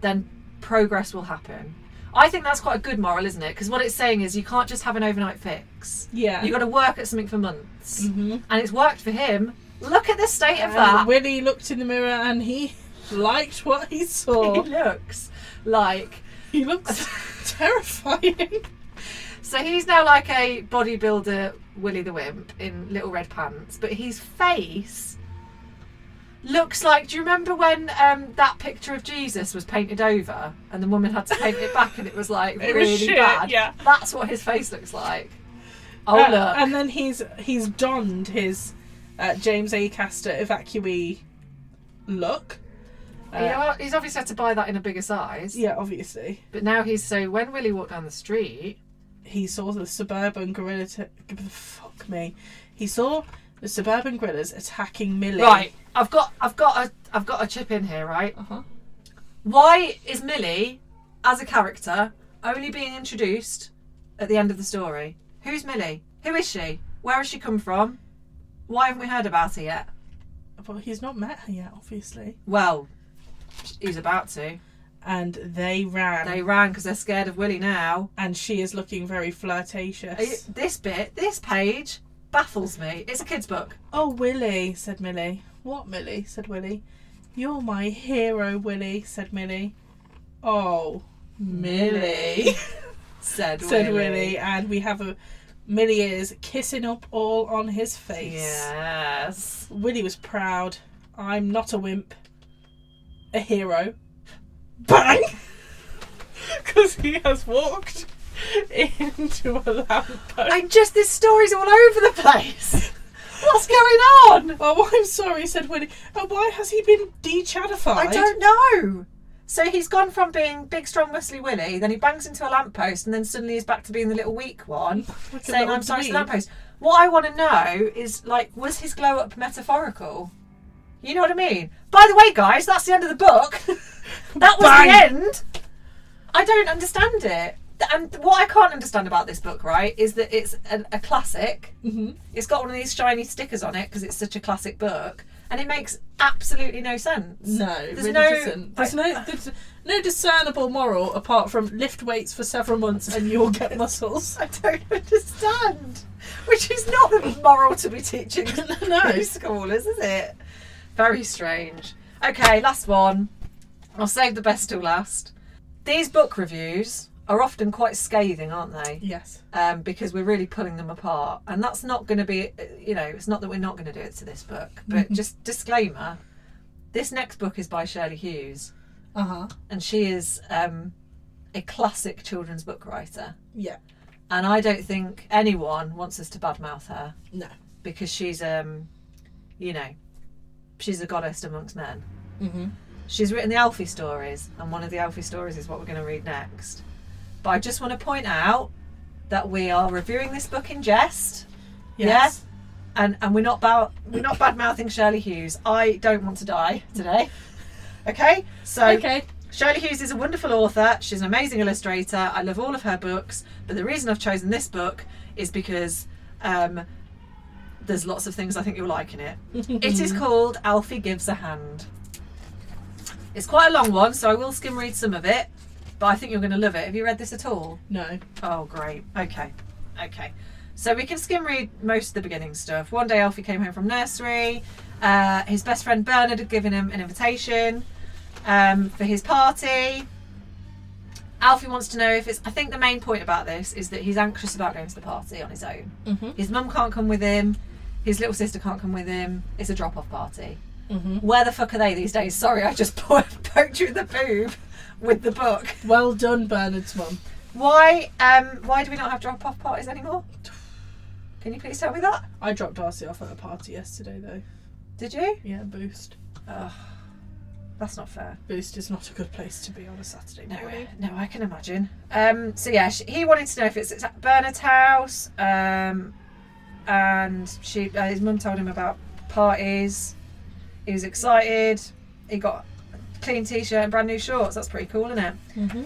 S2: then progress will happen i think that's quite a good moral isn't it because what it's saying is you can't just have an overnight fix
S1: yeah.
S2: you got to work at something for months
S1: hmm
S2: and it's worked for him look at the state of
S1: And
S2: that
S1: Willie looked in the mirror and he liked what he
S2: he
S1: saw.
S2: looks like
S1: he looks terrifying.
S2: so he's now like a bodybuilder willy the wimp in little red pants but his face looks like do you remember when um, that picture of jesus was painted over and the woman had to paint it back and it was like
S1: It was
S2: really
S1: shit,
S2: bad
S1: yeah.
S2: that's what his face looks like oh
S1: Uh,
S2: look
S1: And then he's he's donned his uh, James A. Caster evacuee look.
S2: you know what? He's obviously had to buy that in a bigger size.
S1: Yeah, obviously.
S2: But now he's so when Willie walked down the street,
S1: he saw the suburban gorilla. T- fuck me. He saw the suburban gorillas attacking Millie.
S2: right? I've got, I've got a, I've got a chip in here, right?
S1: Uh-huh.
S2: Why is Millie, as a character, only being introduced at the end of the story? Who's Millie? Who is she? Where has she come from? Why haven't we heard about her yet?
S1: But he's not met her yet, obviously.
S2: Well, he's about to.
S1: And they ran.
S2: They ran because they're scared of Willie now.
S1: And she is looking very
S2: Are you-
S1: flirtatious.
S2: This bit, this page, baffles me. It's a kid's book.
S1: Oh, Willie, said Millie. What, Millie? said Willie. You're my hero, Willie, said Millie. Oh, Millie,
S2: Said Willie.
S1: said Willie. And we have a. Millie is kissing up all on his face.
S2: Yes.
S1: Willie was proud. I'm not a wimp. A hero. Bang! Because he has walked into a lamppost.
S2: And just this story's all over the place. What's going on?
S1: Oh, I'm sorry, said Willie. Oh, why has he been de-chatified?
S2: I don't know. So he's gone from being big, strong, muscly Willie, then he bangs into a lamppost, and then suddenly he's back to being the little weak one,
S1: Like a
S2: saying,
S1: little
S2: I'm sorry to the
S1: dweeb.
S2: lamppost. What I want to know is, like, was his glow up metaphorical? You know what I mean? By the way, guys, that's the end of the book. that was
S1: Bang.
S2: the end. I don't understand it. And what I can't understand about this book, right, is that it's a, a classic.
S1: Mhm.
S2: It's got one of these shiny stickers on it because it's such a classic book, and it makes absolutely no sense.
S1: No, it
S2: There's
S1: really
S2: no-
S1: doesn't. There's no, there's no discernible moral apart from lift weights for several months and you'll get muscles.
S2: I don't understand. Which is not the moral to be teaching
S1: No.
S2: no. scholars, is it? Very strange. Okay, last one. I'll save the best till last. These book reviews are often quite scathing, aren't they?
S1: Yes.
S2: Um, because we're really pulling them apart. And that's not going to be, you know, it's not that we're not going to do it to this book, but just disclaimer this next book is by Shirley Hughes,
S1: Uh huh.
S2: and she is um, a classic children's book writer.
S1: Yeah.
S2: And I don't think anyone wants us to badmouth her
S1: No.
S2: because she's, um, you know, she's a goddess amongst men.
S1: Mm-hmm.
S2: She's written the Alfie stories, and one of the Alfie stories is what we're going to read next. But I just want to point out that we are reviewing this book in jest,
S1: Yes.
S2: and, and we're not bow- we're not bad mouthing Shirley Hughes. I don't want to die today. Okay, so
S1: Okay.
S2: Shirley Hughes is a wonderful author. She's an amazing illustrator. I love all of her books, but the reason I've chosen this book is because um, there's lots of things I think you'll like in it. it is called Alfie Gives a Hand. It's quite a long one, so I will skim read some of it, but I think you're going to love it. Have you read this at all?
S1: No.
S2: Oh, great. Okay. Okay. So we can skim read most of the beginning stuff. One day Alfie came home from nursery. Uh, his best friend Bernard had given him an invitation um, for his party. Alfie wants to know if it's. I think the main point about this is that he's anxious about going to the party on his own.
S1: Mm-hmm.
S2: His mum can't come with him. His little sister can't come with him. It's a drop off party.
S1: Mm-hmm.
S2: Where the fuck are they these days? Sorry, I just po- poked you in the boob with the book.
S1: Well done, Bernard's mum.
S2: Why um why do we not have drop off parties anymore? Can you please tell me that?
S1: I dropped Darcy off at a party yesterday, though.
S2: Did you?
S1: Yeah, Boost.
S2: Ugh, that's not fair.
S1: Boost is not a good place to be on a Saturday
S2: No,
S1: morning.
S2: no, I can imagine. Um, so yeah, she, he wanted to know if it's, it's at Bernard's house, um, and she, uh, his mum told him about parties. He was excited. He got a clean t-shirt and brand new shorts. That's pretty cool, isn't it?
S1: Mm-hmm.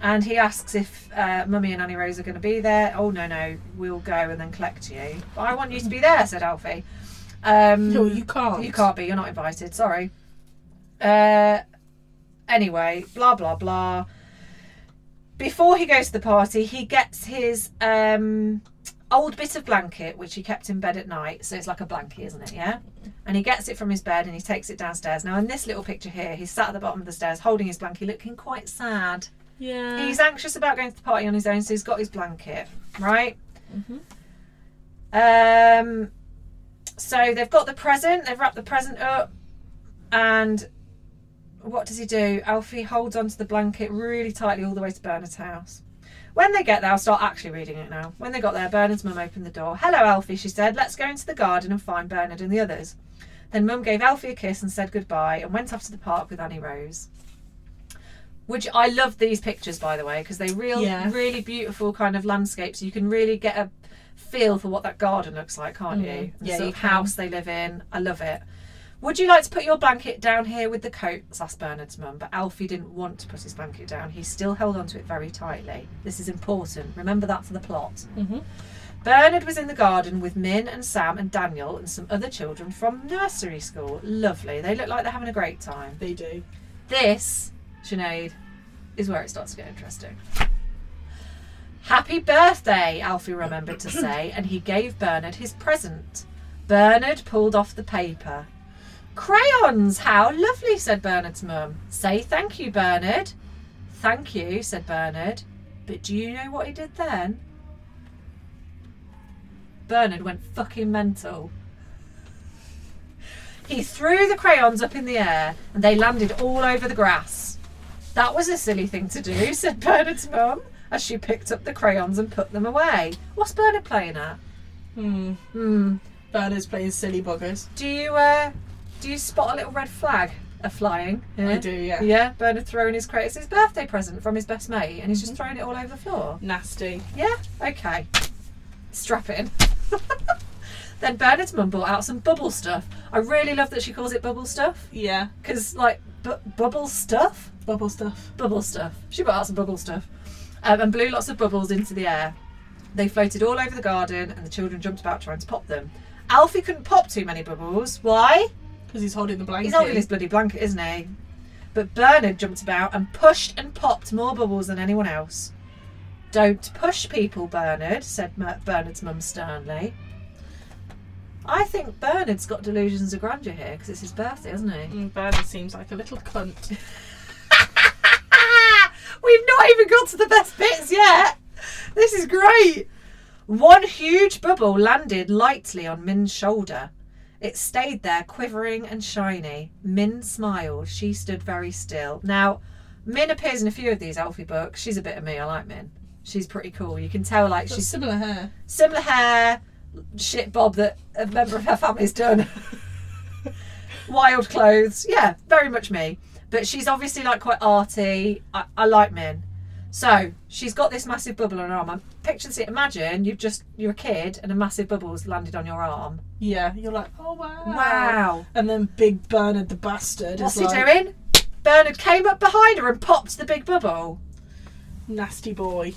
S2: And he asks if uh, Mummy and Annie Rose are going to be there. Oh, no, no, we'll go and then collect you. But I want you to be there, said Alfie. Um,
S1: No, you can't.
S2: You can't be, you're not invited, sorry. Uh, anyway, blah, blah, blah. Before he goes to the party, he gets his um, old bit of blanket, which he kept in bed at night. So it's like a blanket, isn't it? Yeah. And he gets it from his bed and he takes it downstairs. Now, in this little picture here, he's sat at the bottom of the stairs holding his blanket, looking quite sad.
S1: Yeah.
S2: He's anxious about going to the party on his own, so he's got his blanket, right?
S1: Mhm.
S2: Um, so they've got the present, they've wrapped the present up, and what does he do? Alfie holds onto the blanket really tightly all the way to Bernard's house. When they get there, I'll start actually reading it now. When they got there, Bernard's mum opened the door. Hello, Alfie, she said. Let's go into the garden and find Bernard and the others. Then Mum gave Alfie a kiss and said goodbye and went off to the park with Annie Rose. Which I love these pictures, by the way, because they real,
S1: Yeah.
S2: really beautiful kind of landscapes. You can really get a feel for what that garden looks like, can't you?
S1: Mm.
S2: And the
S1: Yeah,
S2: sort
S1: you
S2: of
S1: can.
S2: house they live in. I love it. Would you like to put your blanket down here with the coat? asked Bernard's mum, but Alfie didn't want to put his blanket down. He still held onto it very tightly. This is important. Remember that for the plot.
S1: Mm-hmm.
S2: Bernard was in the garden with Min and Sam and Daniel and some other children from nursery school. Lovely. They look like they're having a great time.
S1: They do.
S2: This, Sinead, is where it starts to get interesting. Happy birthday, Alfie remembered to say, and he gave Bernard his present. Bernard pulled off the paper. Crayons, how lovely, said Bernard's mum. Say thank you, Bernard. Thank you, said Bernard. But do you know what he did then? Bernard went fucking mental. He threw the crayons up in the air and they landed all over the grass. That was a silly thing to do, said Bernard's mum as she picked up the crayons and put them away. What's Bernard playing at?
S1: Hmm.
S2: Hmm.
S1: Bernard's playing silly buggers.
S2: Do you uh, do you spot a little red flag a flying?
S1: I do, yeah.
S2: Yeah, Bernard throwing his credits, his birthday present from his best mate, and he's
S1: Mm-hmm.
S2: just throwing it all over the floor.
S1: Nasty.
S2: Yeah, okay. Strap in. then Bernard's mum brought out some bubble stuff. I really love that she calls it bubble stuff
S1: Yeah.
S2: because, like, bu- bubble stuff,
S1: Bubble stuff.
S2: bubble stuff. She brought out some bubble stuff um, and blew lots of bubbles into the air. They floated all over the garden, and the children jumped about trying to pop them. Alfie couldn't pop too many bubbles. Why?
S1: Because he's holding the blanket.
S2: He's holding his bloody blanket, isn't he? But Bernard jumped about and pushed and popped more bubbles than anyone else. Don't push people, Bernard, said Mer- Bernard's mum sternly. I think Bernard's got delusions of grandeur here because it's his birthday, isn't he?
S1: Mm, Bernard seems like a little cunt.
S2: We've not even got to the best bits yet. This is great. One huge bubble landed lightly on Min's shoulder. It stayed there, quivering and shiny. Min smiled. She stood very still. Now, Min appears in a few of these Alfie books. She's a bit of me. I like Min. She's pretty cool. You can tell, like,
S1: She's
S2: she's
S1: similar hair.
S2: similar hair, shit bob that a member of her family's done, wild clothes. Yeah, very much me. But she's obviously like quite arty. I, I like men. So she's got this massive bubble on her arm. I'm picturing it. Imagine you've just you're a kid and a massive bubble's landed on your arm.
S1: Yeah. You're like, oh wow.
S2: Wow.
S1: And then Big Bernard the bastard
S2: What's
S1: is like,
S2: he doing? Bernard came up behind her and popped the big bubble.
S1: Nasty boy.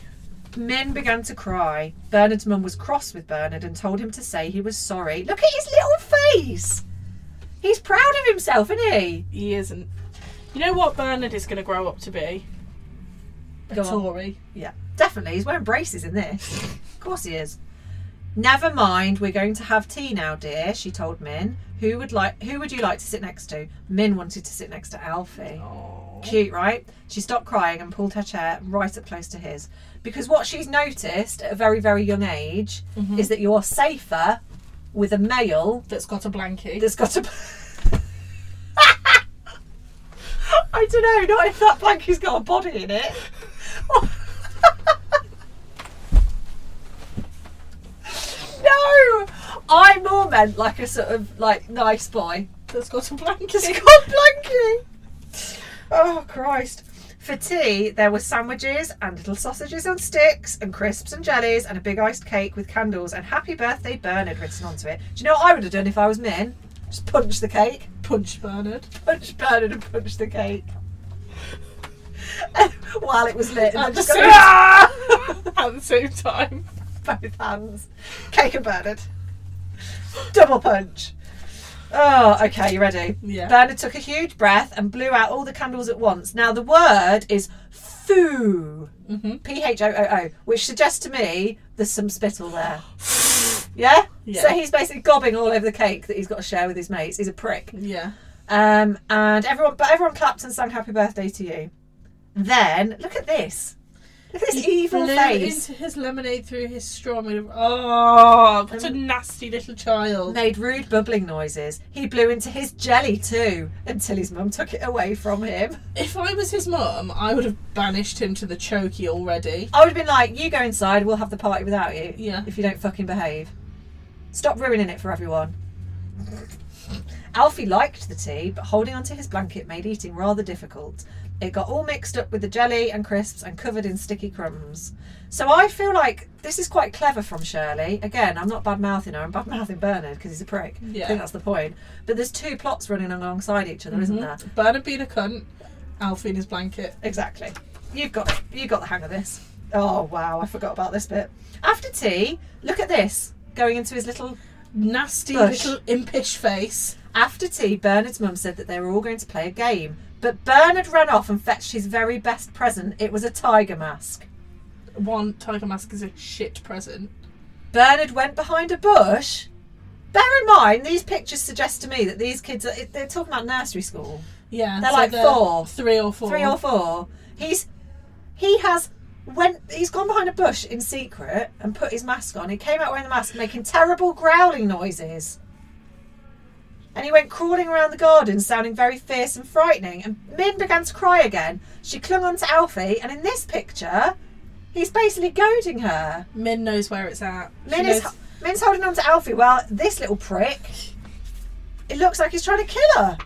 S2: Min began to cry. Bernard's mum was cross with Bernard and told him to say he was sorry. Look at his little face. He's proud of himself, isn't he?
S1: He isn't. You know what Bernard is going to grow up to be? A
S2: Go on.
S1: Tory.
S2: Yeah, definitely. He's wearing braces in this. Of course he is. Never mind. We're going to have tea now, dear. She told Min. Who would like? Who would you like to sit next to? Min wanted to sit next to Alfie.
S1: Oh.
S2: Cute, right? She stopped crying and pulled her chair right up close to his. Because what she's noticed at a very, very young age is that you're safer with a male
S1: That's got a blanket.
S2: that's got a. I don't know, not if that blanket's got a body in it. no! I more meant like a sort of like nice boy.
S1: That's got a
S2: Just
S1: blanket.
S2: got blanky. Oh Christ. For tea, there were sandwiches and little sausages on sticks and crisps and jellies and a big iced cake with candles and happy birthday Bernard written onto it. Do you know what I would have done if I was Min? Just punch the cake.
S1: Punch Bernard.
S2: Punch Bernard and punch the cake. While it was lit. And then
S1: At the
S2: just
S1: same,
S2: got
S1: at the same time.
S2: both hands. Cake and Bernard. Double punch. Oh, okay, you ready?
S1: Yeah.
S2: Bernard took a huge breath and blew out all the candles at once. Now the word is foo,
S1: mm-hmm.
S2: p h o o o, which suggests to me there's some spittle there. Yeah?
S1: Yeah.
S2: So he's basically gobbing all over the cake that he's got to share with his mates. He's a prick.
S1: Yeah.
S2: Um, and everyone, but everyone clapped and sang "Happy Birthday to You." Then look at this. Look at this evil
S1: Blew
S2: face.
S1: into his lemonade through his straw. Made of, oh, what a nasty little child.
S2: Made rude bubbling noises. He blew into his jelly too, until his mum took it away from him.
S1: If I was his mum, I would have banished him to the chokey already.
S2: I would have been like, you go inside, we'll have the party without you.
S1: Yeah.
S2: If you don't fucking behave. Stop ruining it for everyone. Alfie liked the tea, but holding onto his blanket made eating rather difficult. It got all mixed up with the jelly and crisps and covered in sticky crumbs. So I feel like this is quite clever from Shirley. Again, I'm not bad mouthing her, I'm bad mouthing Bernard because he's a prick. I
S1: Yeah.
S2: think that's the point. But there's two plots running alongside each other,
S1: Mm-hmm.
S2: isn't there?
S1: Bernard being a cunt, Alfie in his blanket.
S2: Exactly. You've got you got the hang of this. Oh wow, I forgot about this bit. After tea, look at this. Going into his little
S1: Nasty
S2: Bush.
S1: little impish face.
S2: after tea, Bernard's mum said that they were all going to play a game. But Bernard ran off and fetched his very best present. It was a tiger mask.
S1: One tiger mask is a shit present.
S2: Bernard went behind a bush. Bear in mind, these pictures suggest to me that these kids are they're talking about nursery school.
S1: Yeah,
S2: They're like four.
S1: three or four.
S2: three or four. He's he has went he's gone behind a bush in secret and put his mask on. He came out wearing the mask, making terrible growling noises. And he went crawling around the garden, sounding very fierce and frightening. And Min began to cry again. She clung on to Alfie, and in this picture, he's basically goading her.
S1: Min knows where it's at. She
S2: Min is,
S1: knows-
S2: Min's holding on to Alfie. Well, this little prick, it looks like he's trying to kill her.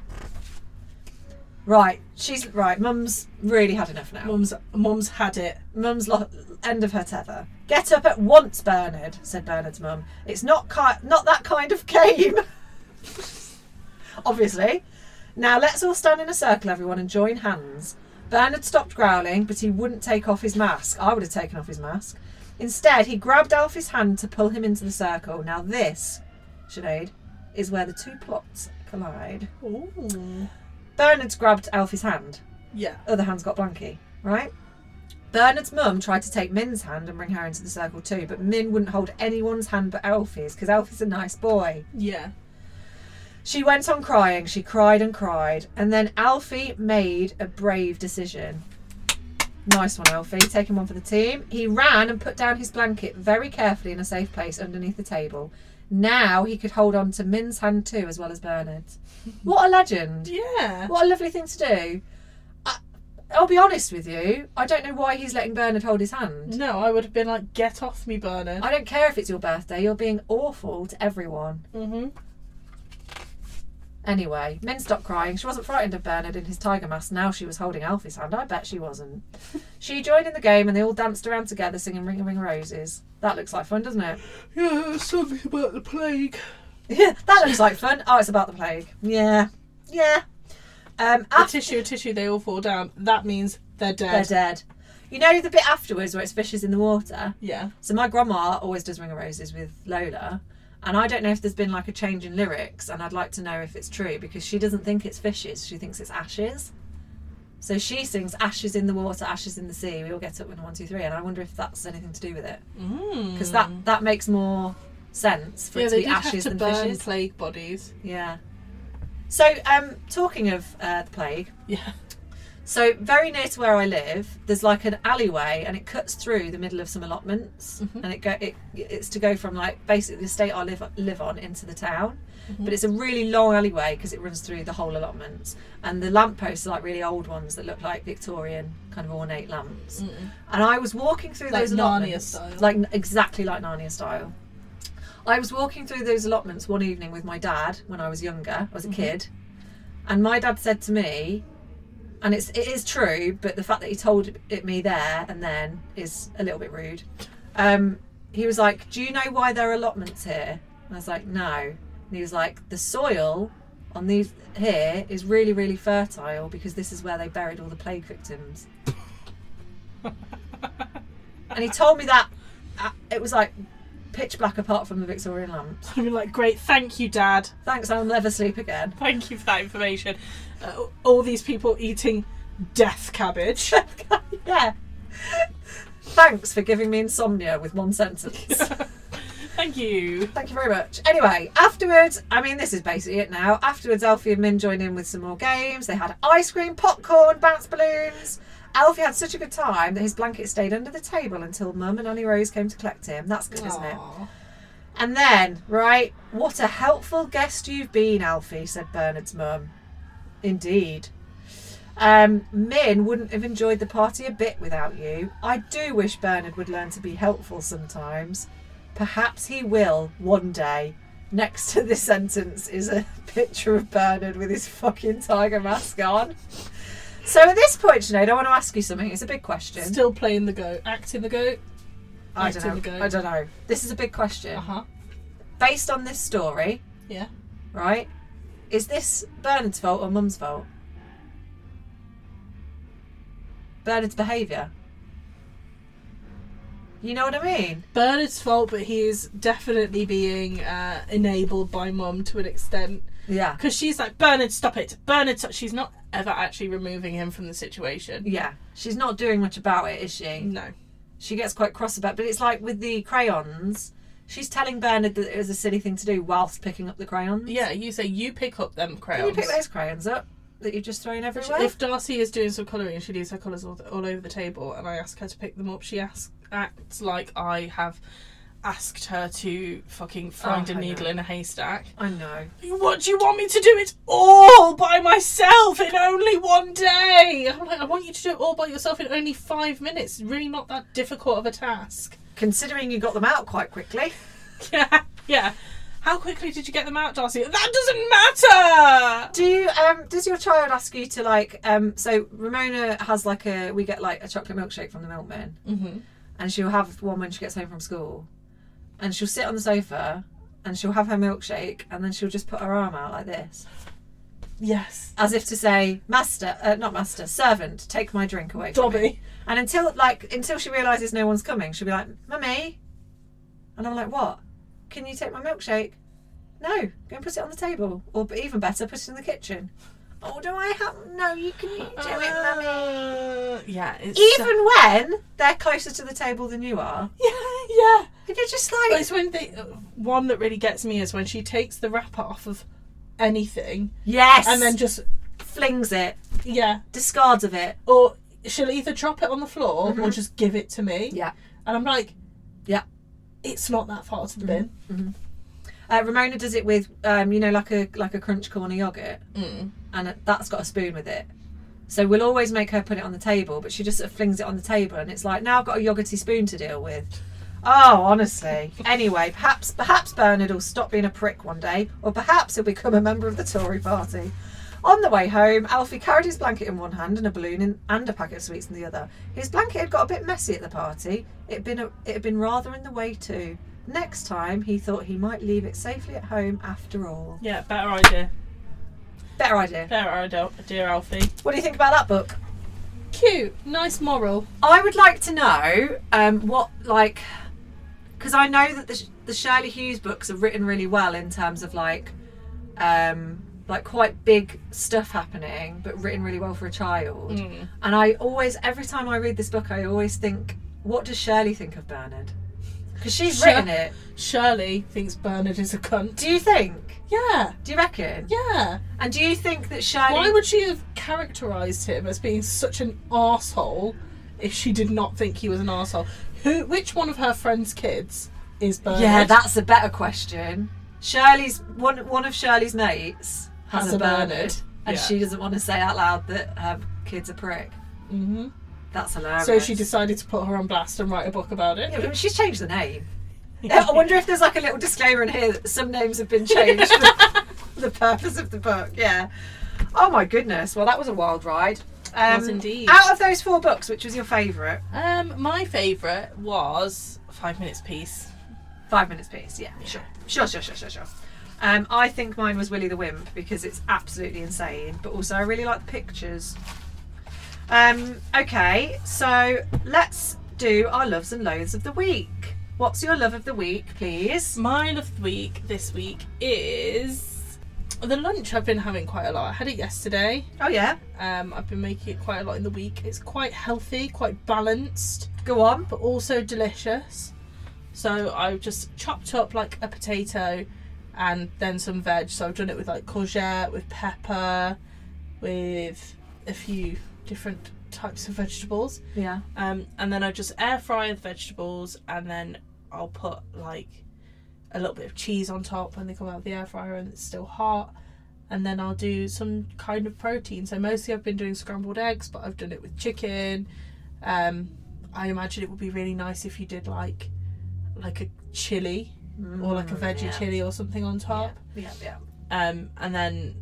S2: Right, she's right. Mum's really had enough now.
S1: Mum's mum's had it.
S2: Mum's lo- end of her tether. Get up at once, Bernard," said Bernard's mum. "It's not ki- not that kind of game." Obviously. Now let's all stand in a circle, everyone, and join hands. Bernard stopped growling, but he wouldn't take off his mask. I would have taken off his mask. Instead, he grabbed Alfie's hand to pull him into the circle. Now this, Sinead, is where the two plots collide.
S1: Ooh.
S2: Bernard's grabbed Alfie's hand
S1: Yeah.
S2: other hand's got Blanky, right? Bernard's mum tried to take Min's hand and bring her into the circle too, but Min wouldn't hold anyone's hand but Alfie's because Alfie's a nice boy.
S1: Yeah.
S2: She went on crying, she cried and cried, and then Alfie made a brave decision. Nice one, Alfie, taking one for the team. He ran and put down his blanket very carefully in a safe place underneath the table. Now he could hold on to Min's hand too, as well as Bernard's. What a legend!
S1: Yeah.
S2: What a lovely thing to do. I, I'll be honest with you. I don't know why he's letting Bernard hold his hand.
S1: No, I would have been like, get off me, Bernard.
S2: I don't care if it's your birthday. You're being awful to everyone.
S1: Mm-hmm.
S2: Anyway, Min stopped crying. She wasn't frightened of Bernard in his tiger mask. Now she was holding Alfie's hand. I bet she wasn't. she joined in the game and they all danced around together singing Ring a Ring Roses. That looks like fun, doesn't it?
S1: Yeah, something about the plague.
S2: Yeah, that looks like fun. Oh, it's about the plague. Yeah. Yeah. Um,
S1: A
S2: after
S1: tissue, a tissue, they all fall down. That means they're
S2: they're
S1: dead.
S2: dead. You know the bit afterwards where it's fishes in the water?
S1: Yeah.
S2: So my grandma always does Ring of Roses with Lola, and I don't know if there's been like a change in lyrics, and I'd like to know if it's true because she doesn't think it's fishes, she thinks it's ashes. So she sings ashes in the water, ashes in the sea. We all get up in one, two, three, and I wonder if that's anything to do with it
S1: Mm.
S2: because that that makes more sense for
S1: yeah,
S2: it to
S1: they
S2: be
S1: did
S2: ashes
S1: have to
S2: than
S1: burn
S2: fishes.
S1: plague bodies.
S2: Yeah. So um, talking of uh, the plague,
S1: Yeah.
S2: so very near to where I live, there's like an alleyway, and it cuts through the middle of some allotments,
S1: Mhm.
S2: and it go it, it's to go from like basically the estate I live live on into the town,
S1: Mm-hmm.
S2: but it's a really long alleyway because it runs through the whole allotments, and the lampposts are like really old ones that look like Victorian kind of ornate lamps, and I was walking through
S1: Like
S2: those
S1: Narnia
S2: allotments
S1: style.
S2: like exactly like Narnia style. I was walking through those allotments one evening with my dad when I was younger. I was a
S1: Mm-hmm.
S2: kid, and my dad said to me, and it's it is true, but the fact that he told it me there and then is a little bit rude. Um, he was like, "Do you know why there are allotments here?" And I was like, "No." And he was like, "The soil on these here is really really fertile because this is where they buried all the plague victims." and he told me that uh, it was like pitch black apart from the Victorian lamps.
S1: I'd be like, great, thank you, Dad.
S2: Thanks, I'll never sleep again.
S1: Thank you for that information. Uh, all these people eating death cabbage.
S2: yeah. Thanks for giving me insomnia with one sentence.
S1: Thank you.
S2: Thank you very much. Anyway, afterwards, I mean, this is basically it now. Afterwards, Alfie and Min joined in with some more games. They had ice cream, popcorn, bounce balloons. Alfie had such a good time that his blanket stayed under the table until Mum and Annie Rose came to collect him. That's good, isn't it?
S1: Aw.
S2: And then, right, what a helpful guest you've been, Alfie, said Bernard's mum. Indeed. Um, Min wouldn't have enjoyed the party a bit without you. I do wish Bernard would learn to be helpful sometimes. Perhaps he will one day. Next to this sentence is a picture of Bernard with his fucking tiger mask on. So at this point, Sinead, I want to ask you something. It's a big question.
S1: Still playing the goat, acting the goat.
S2: I
S1: acting the
S2: don't
S1: goat.
S2: know. I don't know. This is a big question.
S1: Uh huh.
S2: Based on this story,
S1: Yeah.
S2: right? Is this Bernard's fault or Mum's fault? Bernard's behaviour. You know what I mean?
S1: Bernard's fault, but he is definitely being uh, enabled by mum to an extent
S2: Yeah.
S1: because she's like Bernard, stop it, Bernard. Stop. She's not ever actually removing him from the situation.
S2: Yeah. She's not doing much about it, is she?
S1: No.
S2: She gets quite cross about but it's like with the crayons, she's telling Bernard that it was a silly thing to do whilst picking up the crayons.
S1: Yeah, you say you pick up them
S2: Can you
S1: crayons.
S2: pick those crayons up that you've just thrown everywhere?
S1: If Darcy is doing some colouring and she leaves her colours all, all over the table and I ask her to pick them up, she asks, acts like I have asked her to fucking find
S2: Oh,
S1: a
S2: I
S1: needle
S2: know.
S1: in a haystack.
S2: I know.
S1: What do you want me to do it all by myself in only one day? I'm like, I want you to do it all by yourself in only five minutes. It's really not that difficult of a task.
S2: Considering you got them out quite quickly.
S1: Yeah, yeah. How quickly did you get them out, Darcy? That doesn't matter!
S2: Do you, um does your child ask you to like um so Ramona has like a we get like a chocolate milkshake from the milkman
S1: Mm-hmm.
S2: and she'll have one when she gets home from school and she'll sit on the sofa and she'll have her milkshake and then she'll just put her arm out like this
S1: Yes.
S2: as if to say master uh, not master servant take my drink away from me.
S1: Dobby.
S2: and until like until she realizes no one's coming she'll be like mummy and I'm like what can you take my milkshake no go and put it on the table or even better put it in the kitchen oh do I have no you can do it mummy
S1: Uh, Yeah, it's
S2: even when they're closer to the table than you are
S1: Yeah, yeah.
S2: and you're just
S1: But
S2: like
S1: it's when they one that really gets me is when she takes the wrapper off of anything
S2: Yes.
S1: and then just
S2: flings it,
S1: yeah,
S2: discards of it.
S1: or she'll either drop it on the floor or just give it to me.
S2: Mm-hmm. Yeah.
S1: and I'm like,
S2: Yeah. Mm-hmm.
S1: it's not that far to the bin.
S2: Uh, Ramona does it with, um, you know, like a like a crunch corner yogurt,
S1: Mm.
S2: and it- that's got a spoon with it. So we'll always make her put it on the table, but she just sort of flings it on the table, and it's like now I've got a yogurty spoon to deal with. Oh, honestly. anyway, perhaps perhaps Bernard will stop being a prick one day, or perhaps he'll become a member of the Tory party. On the way home, Alfie carried his blanket in one hand and a balloon in, and a packet of sweets in the other. His blanket had got a bit messy at the party. It had been a, it had been rather in the way too. Next time, he thought he might leave it safely at home after all.
S1: Yeah, better idea.
S2: Better idea.
S1: Better idea, dear Alfie.
S2: What do you think about that book?
S1: Cute, nice moral.
S2: I would like to know um, what like because I know that the, the Shirley Hughes books are written really well in terms of like um, like quite big stuff happening, but written really well for a child.
S1: Mm.
S2: And I always, every time I read this book, I always think, what does Shirley think of Bernard? Because she's
S1: Shir-
S2: written it.
S1: Shirley thinks Bernard is a cunt.
S2: Do you think?
S1: Yeah,
S2: Do you reckon?
S1: yeah.
S2: And do you think that Shirley?
S1: Why would she have characterised him as being such an arsehole if she did not think he was an arsehole? Who, which one of her friend's kids is Bernard?
S2: Yeah, that's a better question. Shirley's one one of Shirley's mates has, a Bernard,
S1: Yeah.
S2: and she doesn't want to say out loud that her kid's a prick.
S1: hmm
S2: That's hilarious.
S1: So she decided to put her on blast and write a book about it.
S2: Yeah, but she's changed the name. I wonder if there's like a little disclaimer in here that some names have been changed for the purpose of the book. Yeah. Oh my goodness. Well, that was a wild ride. Um,
S1: Was indeed.
S2: Out of those four books, which was your favourite?
S1: Um, my favourite was Five Minutes Peace.
S2: Five minutes piece, yeah. Sure. Sure, sure, sure, sure, sure. Um, I think mine was Willy the Wimp because it's absolutely insane, but also I really like the pictures. Um, okay, so let's do our loves and loathes of the week. What's your love of the week, please?
S1: My love of the week this week is the lunch I've been having quite a lot. I had it yesterday.
S2: Oh, yeah,
S1: Um, I've been making it quite a lot in the week. It's quite healthy, quite balanced.
S2: go on.
S1: but also delicious. So I've just chopped up like a potato and then some veg. So I've done it with like courgette, with pepper, with a few different types of vegetables.
S2: Yeah.
S1: Um, and then I just air fry the vegetables and then I'll put like a little bit of cheese on top when they come out of the air fryer and it's still hot. And then I'll do some kind of protein. So mostly I've been doing scrambled eggs, but I've done it with chicken. Um, I imagine it would be really nice if you did like like a chili or like a veggie
S2: Mm, yeah.
S1: chili or something on top.
S2: Yeah, yeah.
S1: Um, and then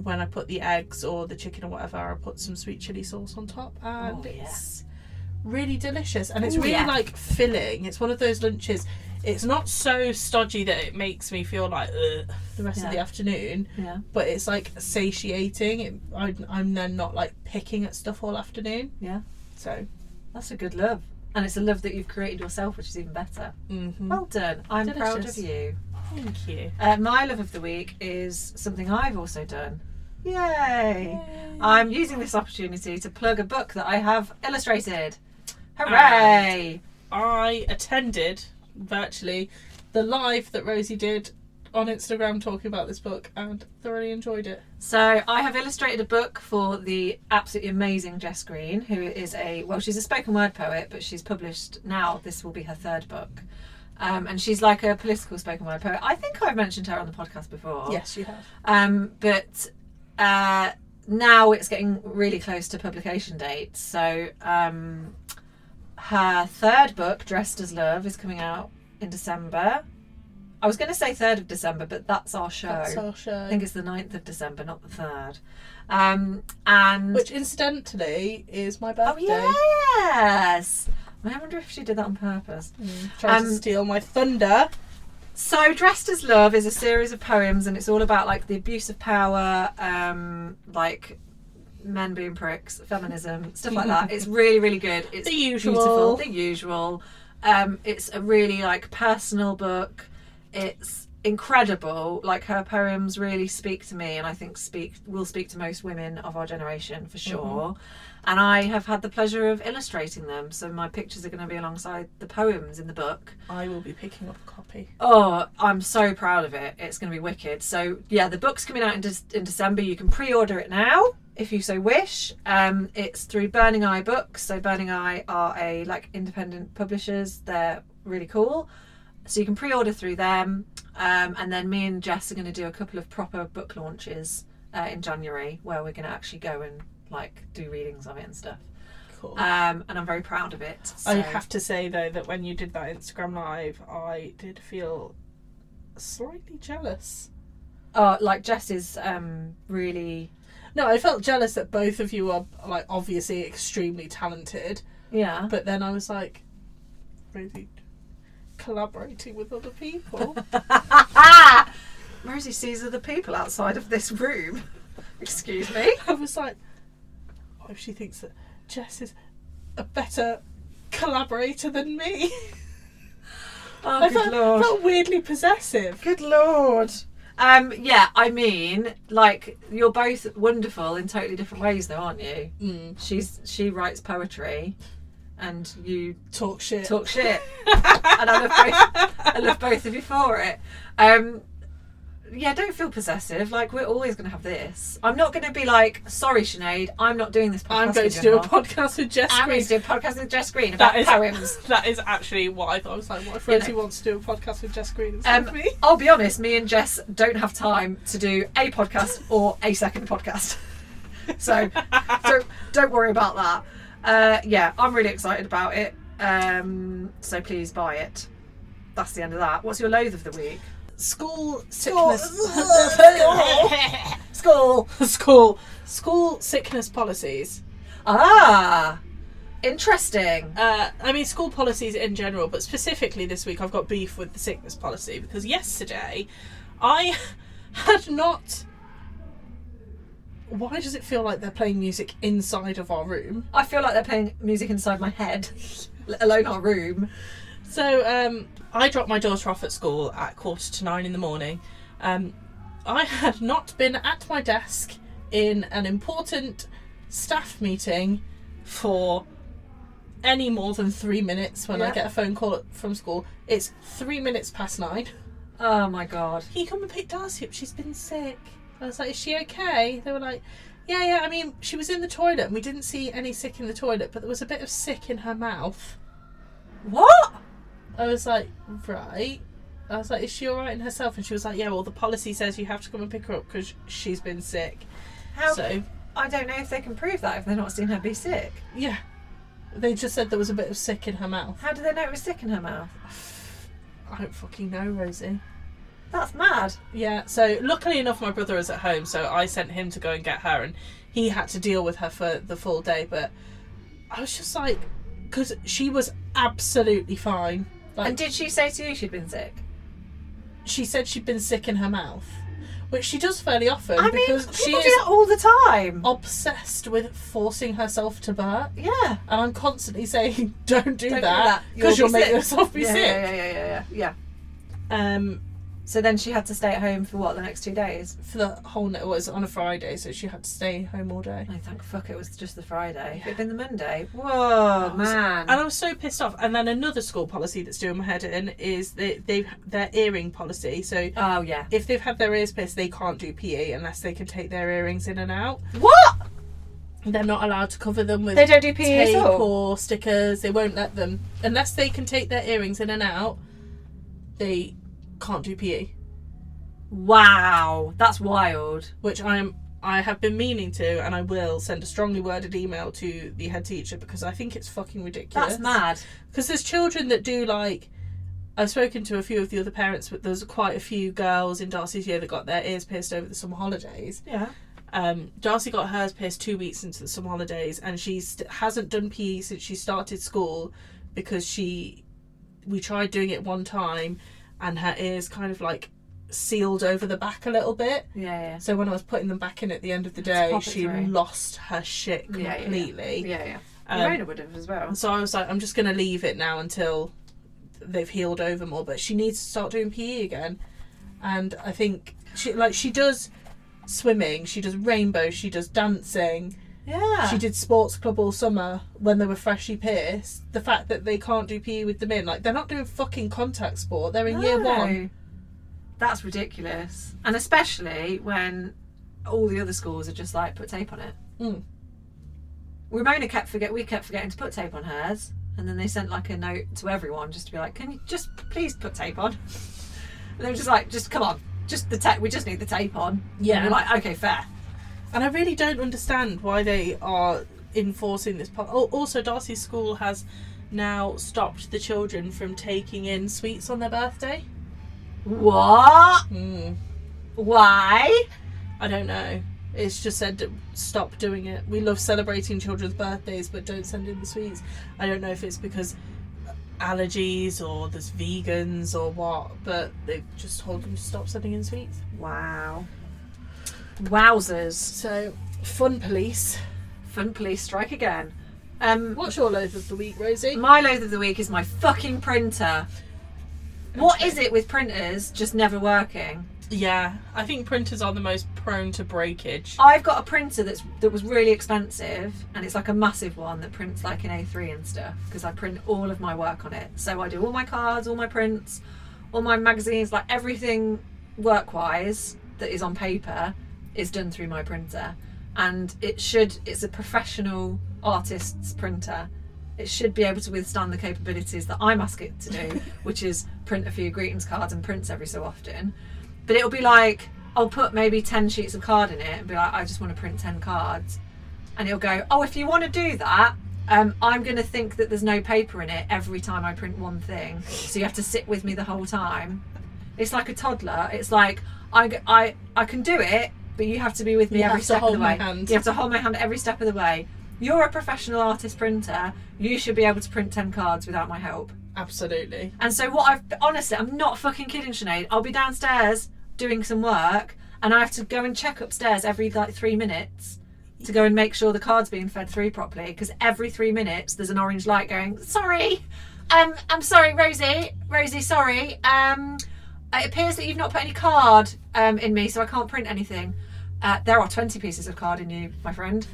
S1: when I put the eggs or the chicken or whatever, I put some sweet chili sauce on top, and
S2: Oh, yeah.
S1: it's really delicious. And it's
S2: Ooh,
S1: really
S2: yeah.
S1: like filling. It's one of those lunches. It's not so stodgy that it makes me feel like Ugh, the rest of
S2: Yeah.
S1: the afternoon,
S2: Yeah.
S1: but it's like satiating. It, I, I'm then not like picking at stuff all afternoon.
S2: Yeah.
S1: So,
S2: That's a good love. And it's a love that you've created yourself, which is even better.
S1: mhm.
S2: Well done. I'm proud
S1: Delicious.
S2: of you.
S1: thank you.
S2: Uh, my love of the week is something I've also done. Yay! I'm using this opportunity to plug a book that I have illustrated. Hooray!
S1: I attended virtually the live that Rosie did on Instagram talking about this book and thoroughly enjoyed it.
S2: So I have illustrated a book for the absolutely amazing Jess Green, who is a well, she's a spoken word poet, but she's published now. This will be her third book, um, and she's like a political spoken word poet. I think I've mentioned her on the podcast before.
S1: Yes, you have.
S2: Um, but uh, now it's getting really close to publication date. So um, her third book, Dressed as Love, is coming out in December. I was going to say 3rd of December, but that's our show.
S1: That's our
S2: I
S1: show.
S2: think it's the 9th of December, not the 3rd. Um, and.
S1: Which incidentally is my
S2: oh,
S1: birthday.
S2: yes! I wonder if she did that on purpose.
S1: Mm, Trying to
S2: Um,
S1: steal my thunder.
S2: So, Dressed as Love is a series of poems, and it's all about like the abuse of power, um, like men being pricks, feminism, stuff like that. It's really, really good. It's
S1: The usual.
S2: beautiful, the usual. Um, it's a really like personal book. It's incredible. Like her poems really speak to me, and I think speak will speak to most women of our generation
S1: Mm-hmm.
S2: for sure. And I have had the pleasure of illustrating them, so my pictures are going to be alongside the poems in the book.
S1: I will be picking up a copy.
S2: Oh, I'm so proud of it. It's going to be wicked. So, yeah, the book's coming out in, De- in December. You can pre order it now if you so wish. Um, it's through Burning Eye Books. So, Burning Eye are a like independent publishers, they're really cool. So, you can pre order through them. Um, and then me and Jess are going to do a couple of proper book launches uh, in January where we're going to actually go and like do readings of it and stuff.
S1: Cool.
S2: Um, and I'm very proud of it. So.
S1: I have to say though that when you did that Instagram live, I did feel slightly jealous.
S2: Oh, like Jess is um, really.
S1: No, I felt jealous that both of you are like obviously extremely talented.
S2: Yeah.
S1: But then I was like, really collaborating with other people.
S2: Ah! Rosie sees other people outside of this room. Excuse me.
S1: I was like, oh, she thinks that Jess is a better collaborator than me.
S2: Oh,
S1: I felt, felt weirdly possessive.
S2: Good lord. Um, yeah, I mean, like you're both wonderful in totally different ways, though, aren't you?
S1: Mm.
S2: She's she writes poetry, and you
S1: Talk shit.
S2: talk shit, and I love both. I love both of you for it. Um, yeah, don't feel possessive. Like we're always going to have this. I'm not going to be like, sorry, Sinead, I'm not doing this. Podcast
S1: I'm going
S2: with
S1: to
S2: you
S1: do a
S2: anymore."
S1: podcast with Jess
S2: I'm going
S1: Green.
S2: to do a podcast with Jess Green about
S1: That is
S2: poems.
S1: that is actually what I thought. I was like, what if
S2: You know.
S1: Rosie wants to do a podcast with Jess Green instead
S2: Um,
S1: of me?
S2: I'll be honest, me and Jess don't have time to do a podcast or a second podcast. So, so don't worry about that. Uh, yeah, I'm really excited about it. Um, so please buy it. That's the end of that. What's your loathe of the week?
S1: School
S2: School.
S1: sickness.
S2: School.
S1: School. School sickness policies.
S2: Ah, interesting.
S1: uh, I mean, school policies in general, but specifically this week, I've got beef with the sickness policy because yesterday I had not. Why does it feel like they're playing music inside of our room?
S2: I feel like they're playing music inside my head, let alone our room.
S1: So um, I dropped my daughter off at school at quarter to nine in the morning. Um, I had not been at my desk in an important staff meeting for any more than three minutes when I
S2: Yeah.
S1: get a phone call from school. It's three minutes past nine.
S2: Oh my god.
S1: Can you come and pick Darcy up? She's been sick. I was like, Is she okay? They were like, Yeah, yeah. I mean, she was in the toilet and we didn't see any sick in the toilet, but there was a bit of sick in her mouth.
S2: What?
S1: I was like, Right. I was like, Is she alright in herself? And she was like, Yeah, well, the policy says you have to come and pick her up because she's been sick.
S2: How?
S1: So,
S2: I don't know if they can prove that if they're not seen her be sick.
S1: yeah. They just said there was a bit of sick in her mouth.
S2: How do they know it was sick in her mouth?
S1: I don't fucking know, Rosie.
S2: That's mad.
S1: Yeah, so luckily enough, my brother was at home, so I sent him to go and get her, and he had to deal with her for the full day. But I was just like, because she was absolutely fine. Like,
S2: And did she say to you she'd been sick?
S1: she said she'd been sick in her mouth, which she does fairly often
S2: I mean,
S1: because
S2: people
S1: she
S2: do
S1: is
S2: that all the time.
S1: obsessed with forcing herself to burp.
S2: Yeah.
S1: And I'm constantly saying, don't do
S2: Don't do
S1: that
S2: that,
S1: because
S2: you'll
S1: you'll,
S2: be
S1: make
S2: sick."
S1: yourself be
S2: yeah,
S1: sick.
S2: yeah, yeah, yeah, yeah, yeah.
S1: Um,
S2: So then she had to stay at home for what the next two days?
S1: for the whole night, it was on a Friday, so she had to stay home all day.
S2: I thank fuck it was just the Friday. If it'd been the Monday, whoa, man.
S1: And I was so pissed off. And then another school policy that's doing my head in is they, they've their earring policy. So
S2: oh yeah.
S1: if they've had their ears pierced, they can't do PE unless they can take their earrings in and out.
S2: What?
S1: They're not allowed to cover them with
S2: They don't do PE
S1: tape
S2: at all.
S1: or stickers. They won't let them unless they can take their earrings in and out. They can't do E, PE,
S2: Wow, that's wild.
S1: which I am. I have been meaning to, and I will send a strongly worded email to the head teacher because I think it's fucking ridiculous.
S2: That's mad.
S1: because there's children that do like I've spoken to a few of the other parents, but there's quite a few girls in Darcy's year that got their ears pierced over the summer holidays.
S2: Yeah.
S1: Um, Darcy got hers pierced two weeks into the summer holidays, and she st- hasn't done PE since she started school because she we tried doing it one time, and her ears kind of like sealed over the back a little bit.
S2: Yeah,
S1: So when I was putting them back in at the end of the day,
S2: pop it
S1: she
S2: through.
S1: lost her shit
S2: Yeah, yeah, yeah.
S1: completely.
S2: yeah. Yeah, yeah.
S1: Um,
S2: Lorena would have as well.
S1: and so I was like, I'm just going to leave it now until they've healed over more. But she needs to start doing PE again. And I think she like she does swimming, she does rainbow, she does dancing.
S2: Yeah.
S1: She did sports club all summer when they were freshly pierced. The fact that they can't do PE with them in, like they're not doing fucking contact sport. They're in year
S2: No.
S1: one.
S2: That's ridiculous. And especially when all the other schools are just like put tape on it.
S1: Mm.
S2: Ramona kept forget we kept forgetting to put tape on hers. And then they sent like a note to everyone just to be like, Can you just please put tape on? And they were just like, just come on, just the tape we just need the tape on.
S1: Yeah.
S2: And we're like, okay, fair.
S1: And I really don't understand why they are enforcing this part. Oh, also, Darcy School has now stopped the children from taking in sweets on their birthday.
S2: What?
S1: Mm.
S2: Why?
S1: I don't know. It's just said to stop doing it. We love celebrating children's birthdays, but don't send in the sweets. I don't know if it's because allergies or there's vegans or what, but they've just told them to stop sending in sweets.
S2: Wow. Wowzers.
S1: So, fun police.
S2: Fun police strike again. Um
S1: What's your loaf of the week, Rosie?
S2: My loath of the week is my fucking printer. What is it with printers just never working?
S1: Yeah, I think printers are the most prone to breakage.
S2: I've got a printer that's that was really expensive and it's like a massive one that prints like an A3 and stuff because I print all of my work on it. So I do all my cards, all my prints, all my magazines, like everything work-wise that is on paper is done through my printer. And it should it's a professional artist's printer. It should be able to withstand the capabilities that I'm asking it to do, which is print a few greetings cards and prints every so often. But it'll be like, I'll put maybe 10 sheets of card in it and be like, I just want to print 10 cards. And it'll go, Oh, if you want to do that, um, I'm going to think that there's no paper in it every time I print one thing. So you have to sit with me the whole time. It's like a toddler. It's like, I, I, I can do it, but you have to be with me
S1: You
S2: every
S1: have to
S2: step
S1: hold
S2: of the
S1: my
S2: way.
S1: hand.
S2: You have to hold my hand every step of the way. You're a professional artist printer. You should be able to print 10 cards without my help.
S1: Absolutely.
S2: And so what I've honestly, I'm not fucking kidding, Sinead. I'll be downstairs doing some work, and I have to go and check upstairs every like three minutes to go and make sure the card's being fed through properly. Because every three minutes, there's an orange light going. Sorry, um, I'm sorry, Rosie. Rosie, sorry. Um, it appears that you've not put any card um, in me, so I can't print anything. Uh, there are 20 pieces of card in you, my friend.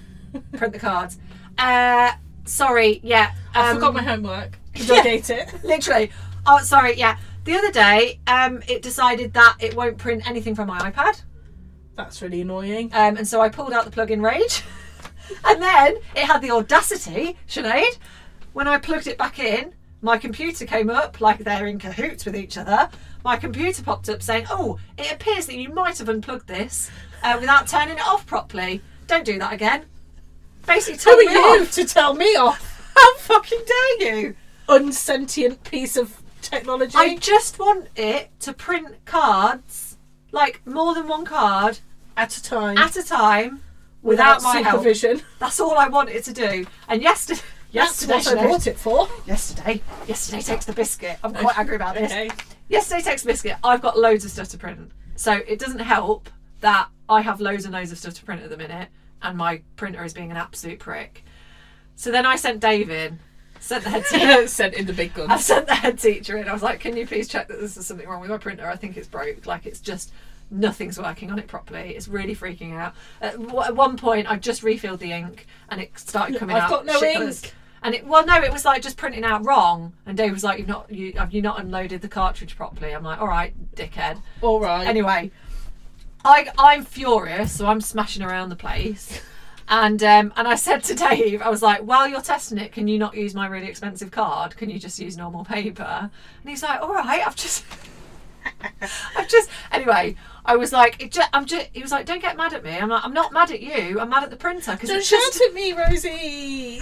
S2: Print the cards. Uh, sorry, yeah.
S1: I
S2: um,
S1: forgot my homework. Did
S2: yeah.
S1: I date it?
S2: literally. Oh, sorry. Yeah. The other day, um, it decided that it won't print anything from my iPad,
S1: That's really annoying.
S2: um, and so I pulled out the plug-in Rage, and then it had the audacity, Sinead, when I plugged it back in. My computer came up like they're in cahoots with each other. My computer popped up saying, "Oh, it appears that you might have unplugged this uh, without turning it off properly. Don't do that again." Basically,
S1: Who
S2: told
S1: are
S2: me
S1: you
S2: off.
S1: to tell me off?
S2: How fucking dare you?
S1: unsentient piece of technology.
S2: I just want it to print cards, like more than one card
S1: at a time.
S2: at a time, without, my help.
S1: supervision.
S2: That's all I want it to do. And yesterday,
S1: That's
S2: yesterday,
S1: what I bought it for.
S2: yesterday, yesterday takes the biscuit. I'm quite angry about this.
S1: Okay.
S2: Yesterday takes biscuit. I've got loads of stuff to print, so it doesn't help that I have loads and loads of stuff to print at the minute, and my printer is being an absolute prick. So then I sent Dave in, sent the head teacher.
S1: Sent in the big
S2: I
S1: guns.
S2: sent the head teacher in. I was like, "Can you please check that this is something wrong with my printer? I think it's broke. Like it's just nothing's working on it properly. It's really freaking out." At, w- at one point, I just refilled the ink, and it started coming
S1: I've
S2: out.
S1: got no
S2: shit colours.
S1: ink.
S2: And it well, no, it was like just printing out wrong. And Dave was like, "You've not, you have you not unloaded the cartridge properly?" I'm like, "All right, dickhead."
S1: All right.
S2: Anyway, I I'm furious, so I'm smashing around the place. And um, and I said to Dave, I was like, while you're testing it, can you not use my really expensive card? Can you just use normal paper? And he's like, all right, I've just, I've just. Anyway, I was like, it just, I'm just. He was like, don't get mad at me. I'm like, I'm not mad at you. I'm mad at the printer because
S1: Don't
S2: it's
S1: shout
S2: just.
S1: at me, Rosie.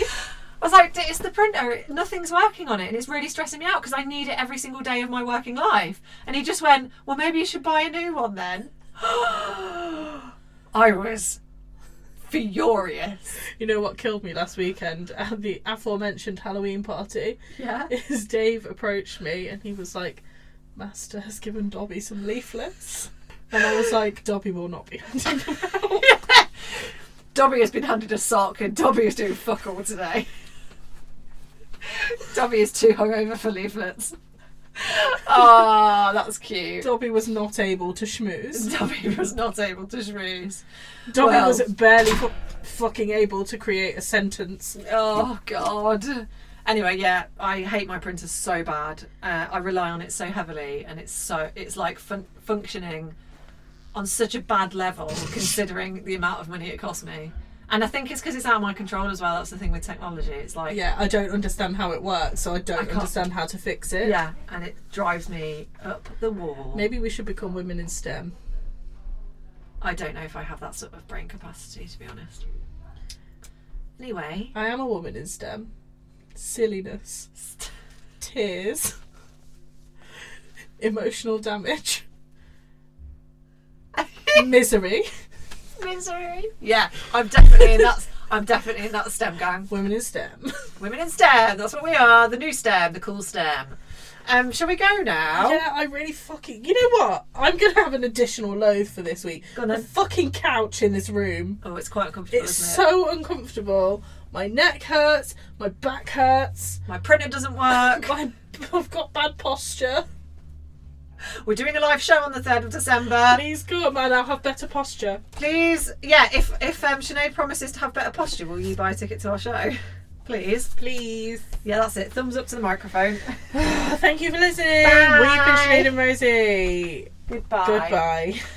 S2: I was like, it's the printer. Nothing's working on it, and it's really stressing me out because I need it every single day of my working life. And he just went, well, maybe you should buy a new one then. I was furious.
S1: You know what killed me last weekend at the aforementioned Halloween party?
S2: Yeah.
S1: Is Dave approached me and he was like, Master has given Dobby some leaflets. And I was like, Dobby will not be handing them out.
S2: Dobby has been handed a sock, and Dobby is doing fuck all today. Dobby is too hungover for leaflets. Ah, that's cute.
S1: Dobby was not able to schmooze.
S2: Dobby was not able to schmooze.
S1: Dobby
S2: Well.
S1: was barely fu- fucking able to create a sentence.
S2: Oh God. Anyway, yeah, I hate my printer so bad. Uh, I rely on it so heavily, and it's so it's like fun- functioning on such a bad level, considering the amount of money it cost me. And I think it's because it's out of my control as well. That's the thing with technology. It's like
S1: Yeah, I don't understand how it works, so I don't
S2: can't-
S1: understand how to fix it.
S2: yeah, and it drives me up the wall.
S1: Maybe we should become women in STEM.
S2: I don't know if I have that sort of brain capacity, to be honest. Anyway,
S1: I am a woman in STEM. Silliness. Tears. Emotional damage. Misery.
S2: misery. Yeah, I'm definitely in that. I'm definitely in that STEM gang.
S1: Women in STEM.
S2: Women in STEM, that's what we are. The new STEM, the cool STEM. Um, shall we go now?
S1: Yeah, I really fucking. You know what? I'm gonna have an additional loathe for this week.
S2: Go on
S1: the
S2: then.
S1: fucking couch in this room.
S2: Oh, it's quite uncomfortable,
S1: It's
S2: isn't it?
S1: so uncomfortable. My neck hurts. My back hurts.
S2: My printer doesn't work.
S1: My, I've got bad posture.
S2: We're doing a live show on the third of December.
S1: Please come and I'll have better posture.
S2: Please, yeah. If if um, Sinead promises to have better posture, will you buy a ticket to our show? Please.
S1: Please.
S2: Yeah, that's it. Thumbs up to the microphone.
S1: Thank you for listening.
S2: Bye.
S1: We've been Sinead and Rosie.
S2: Goodbye.
S1: Goodbye.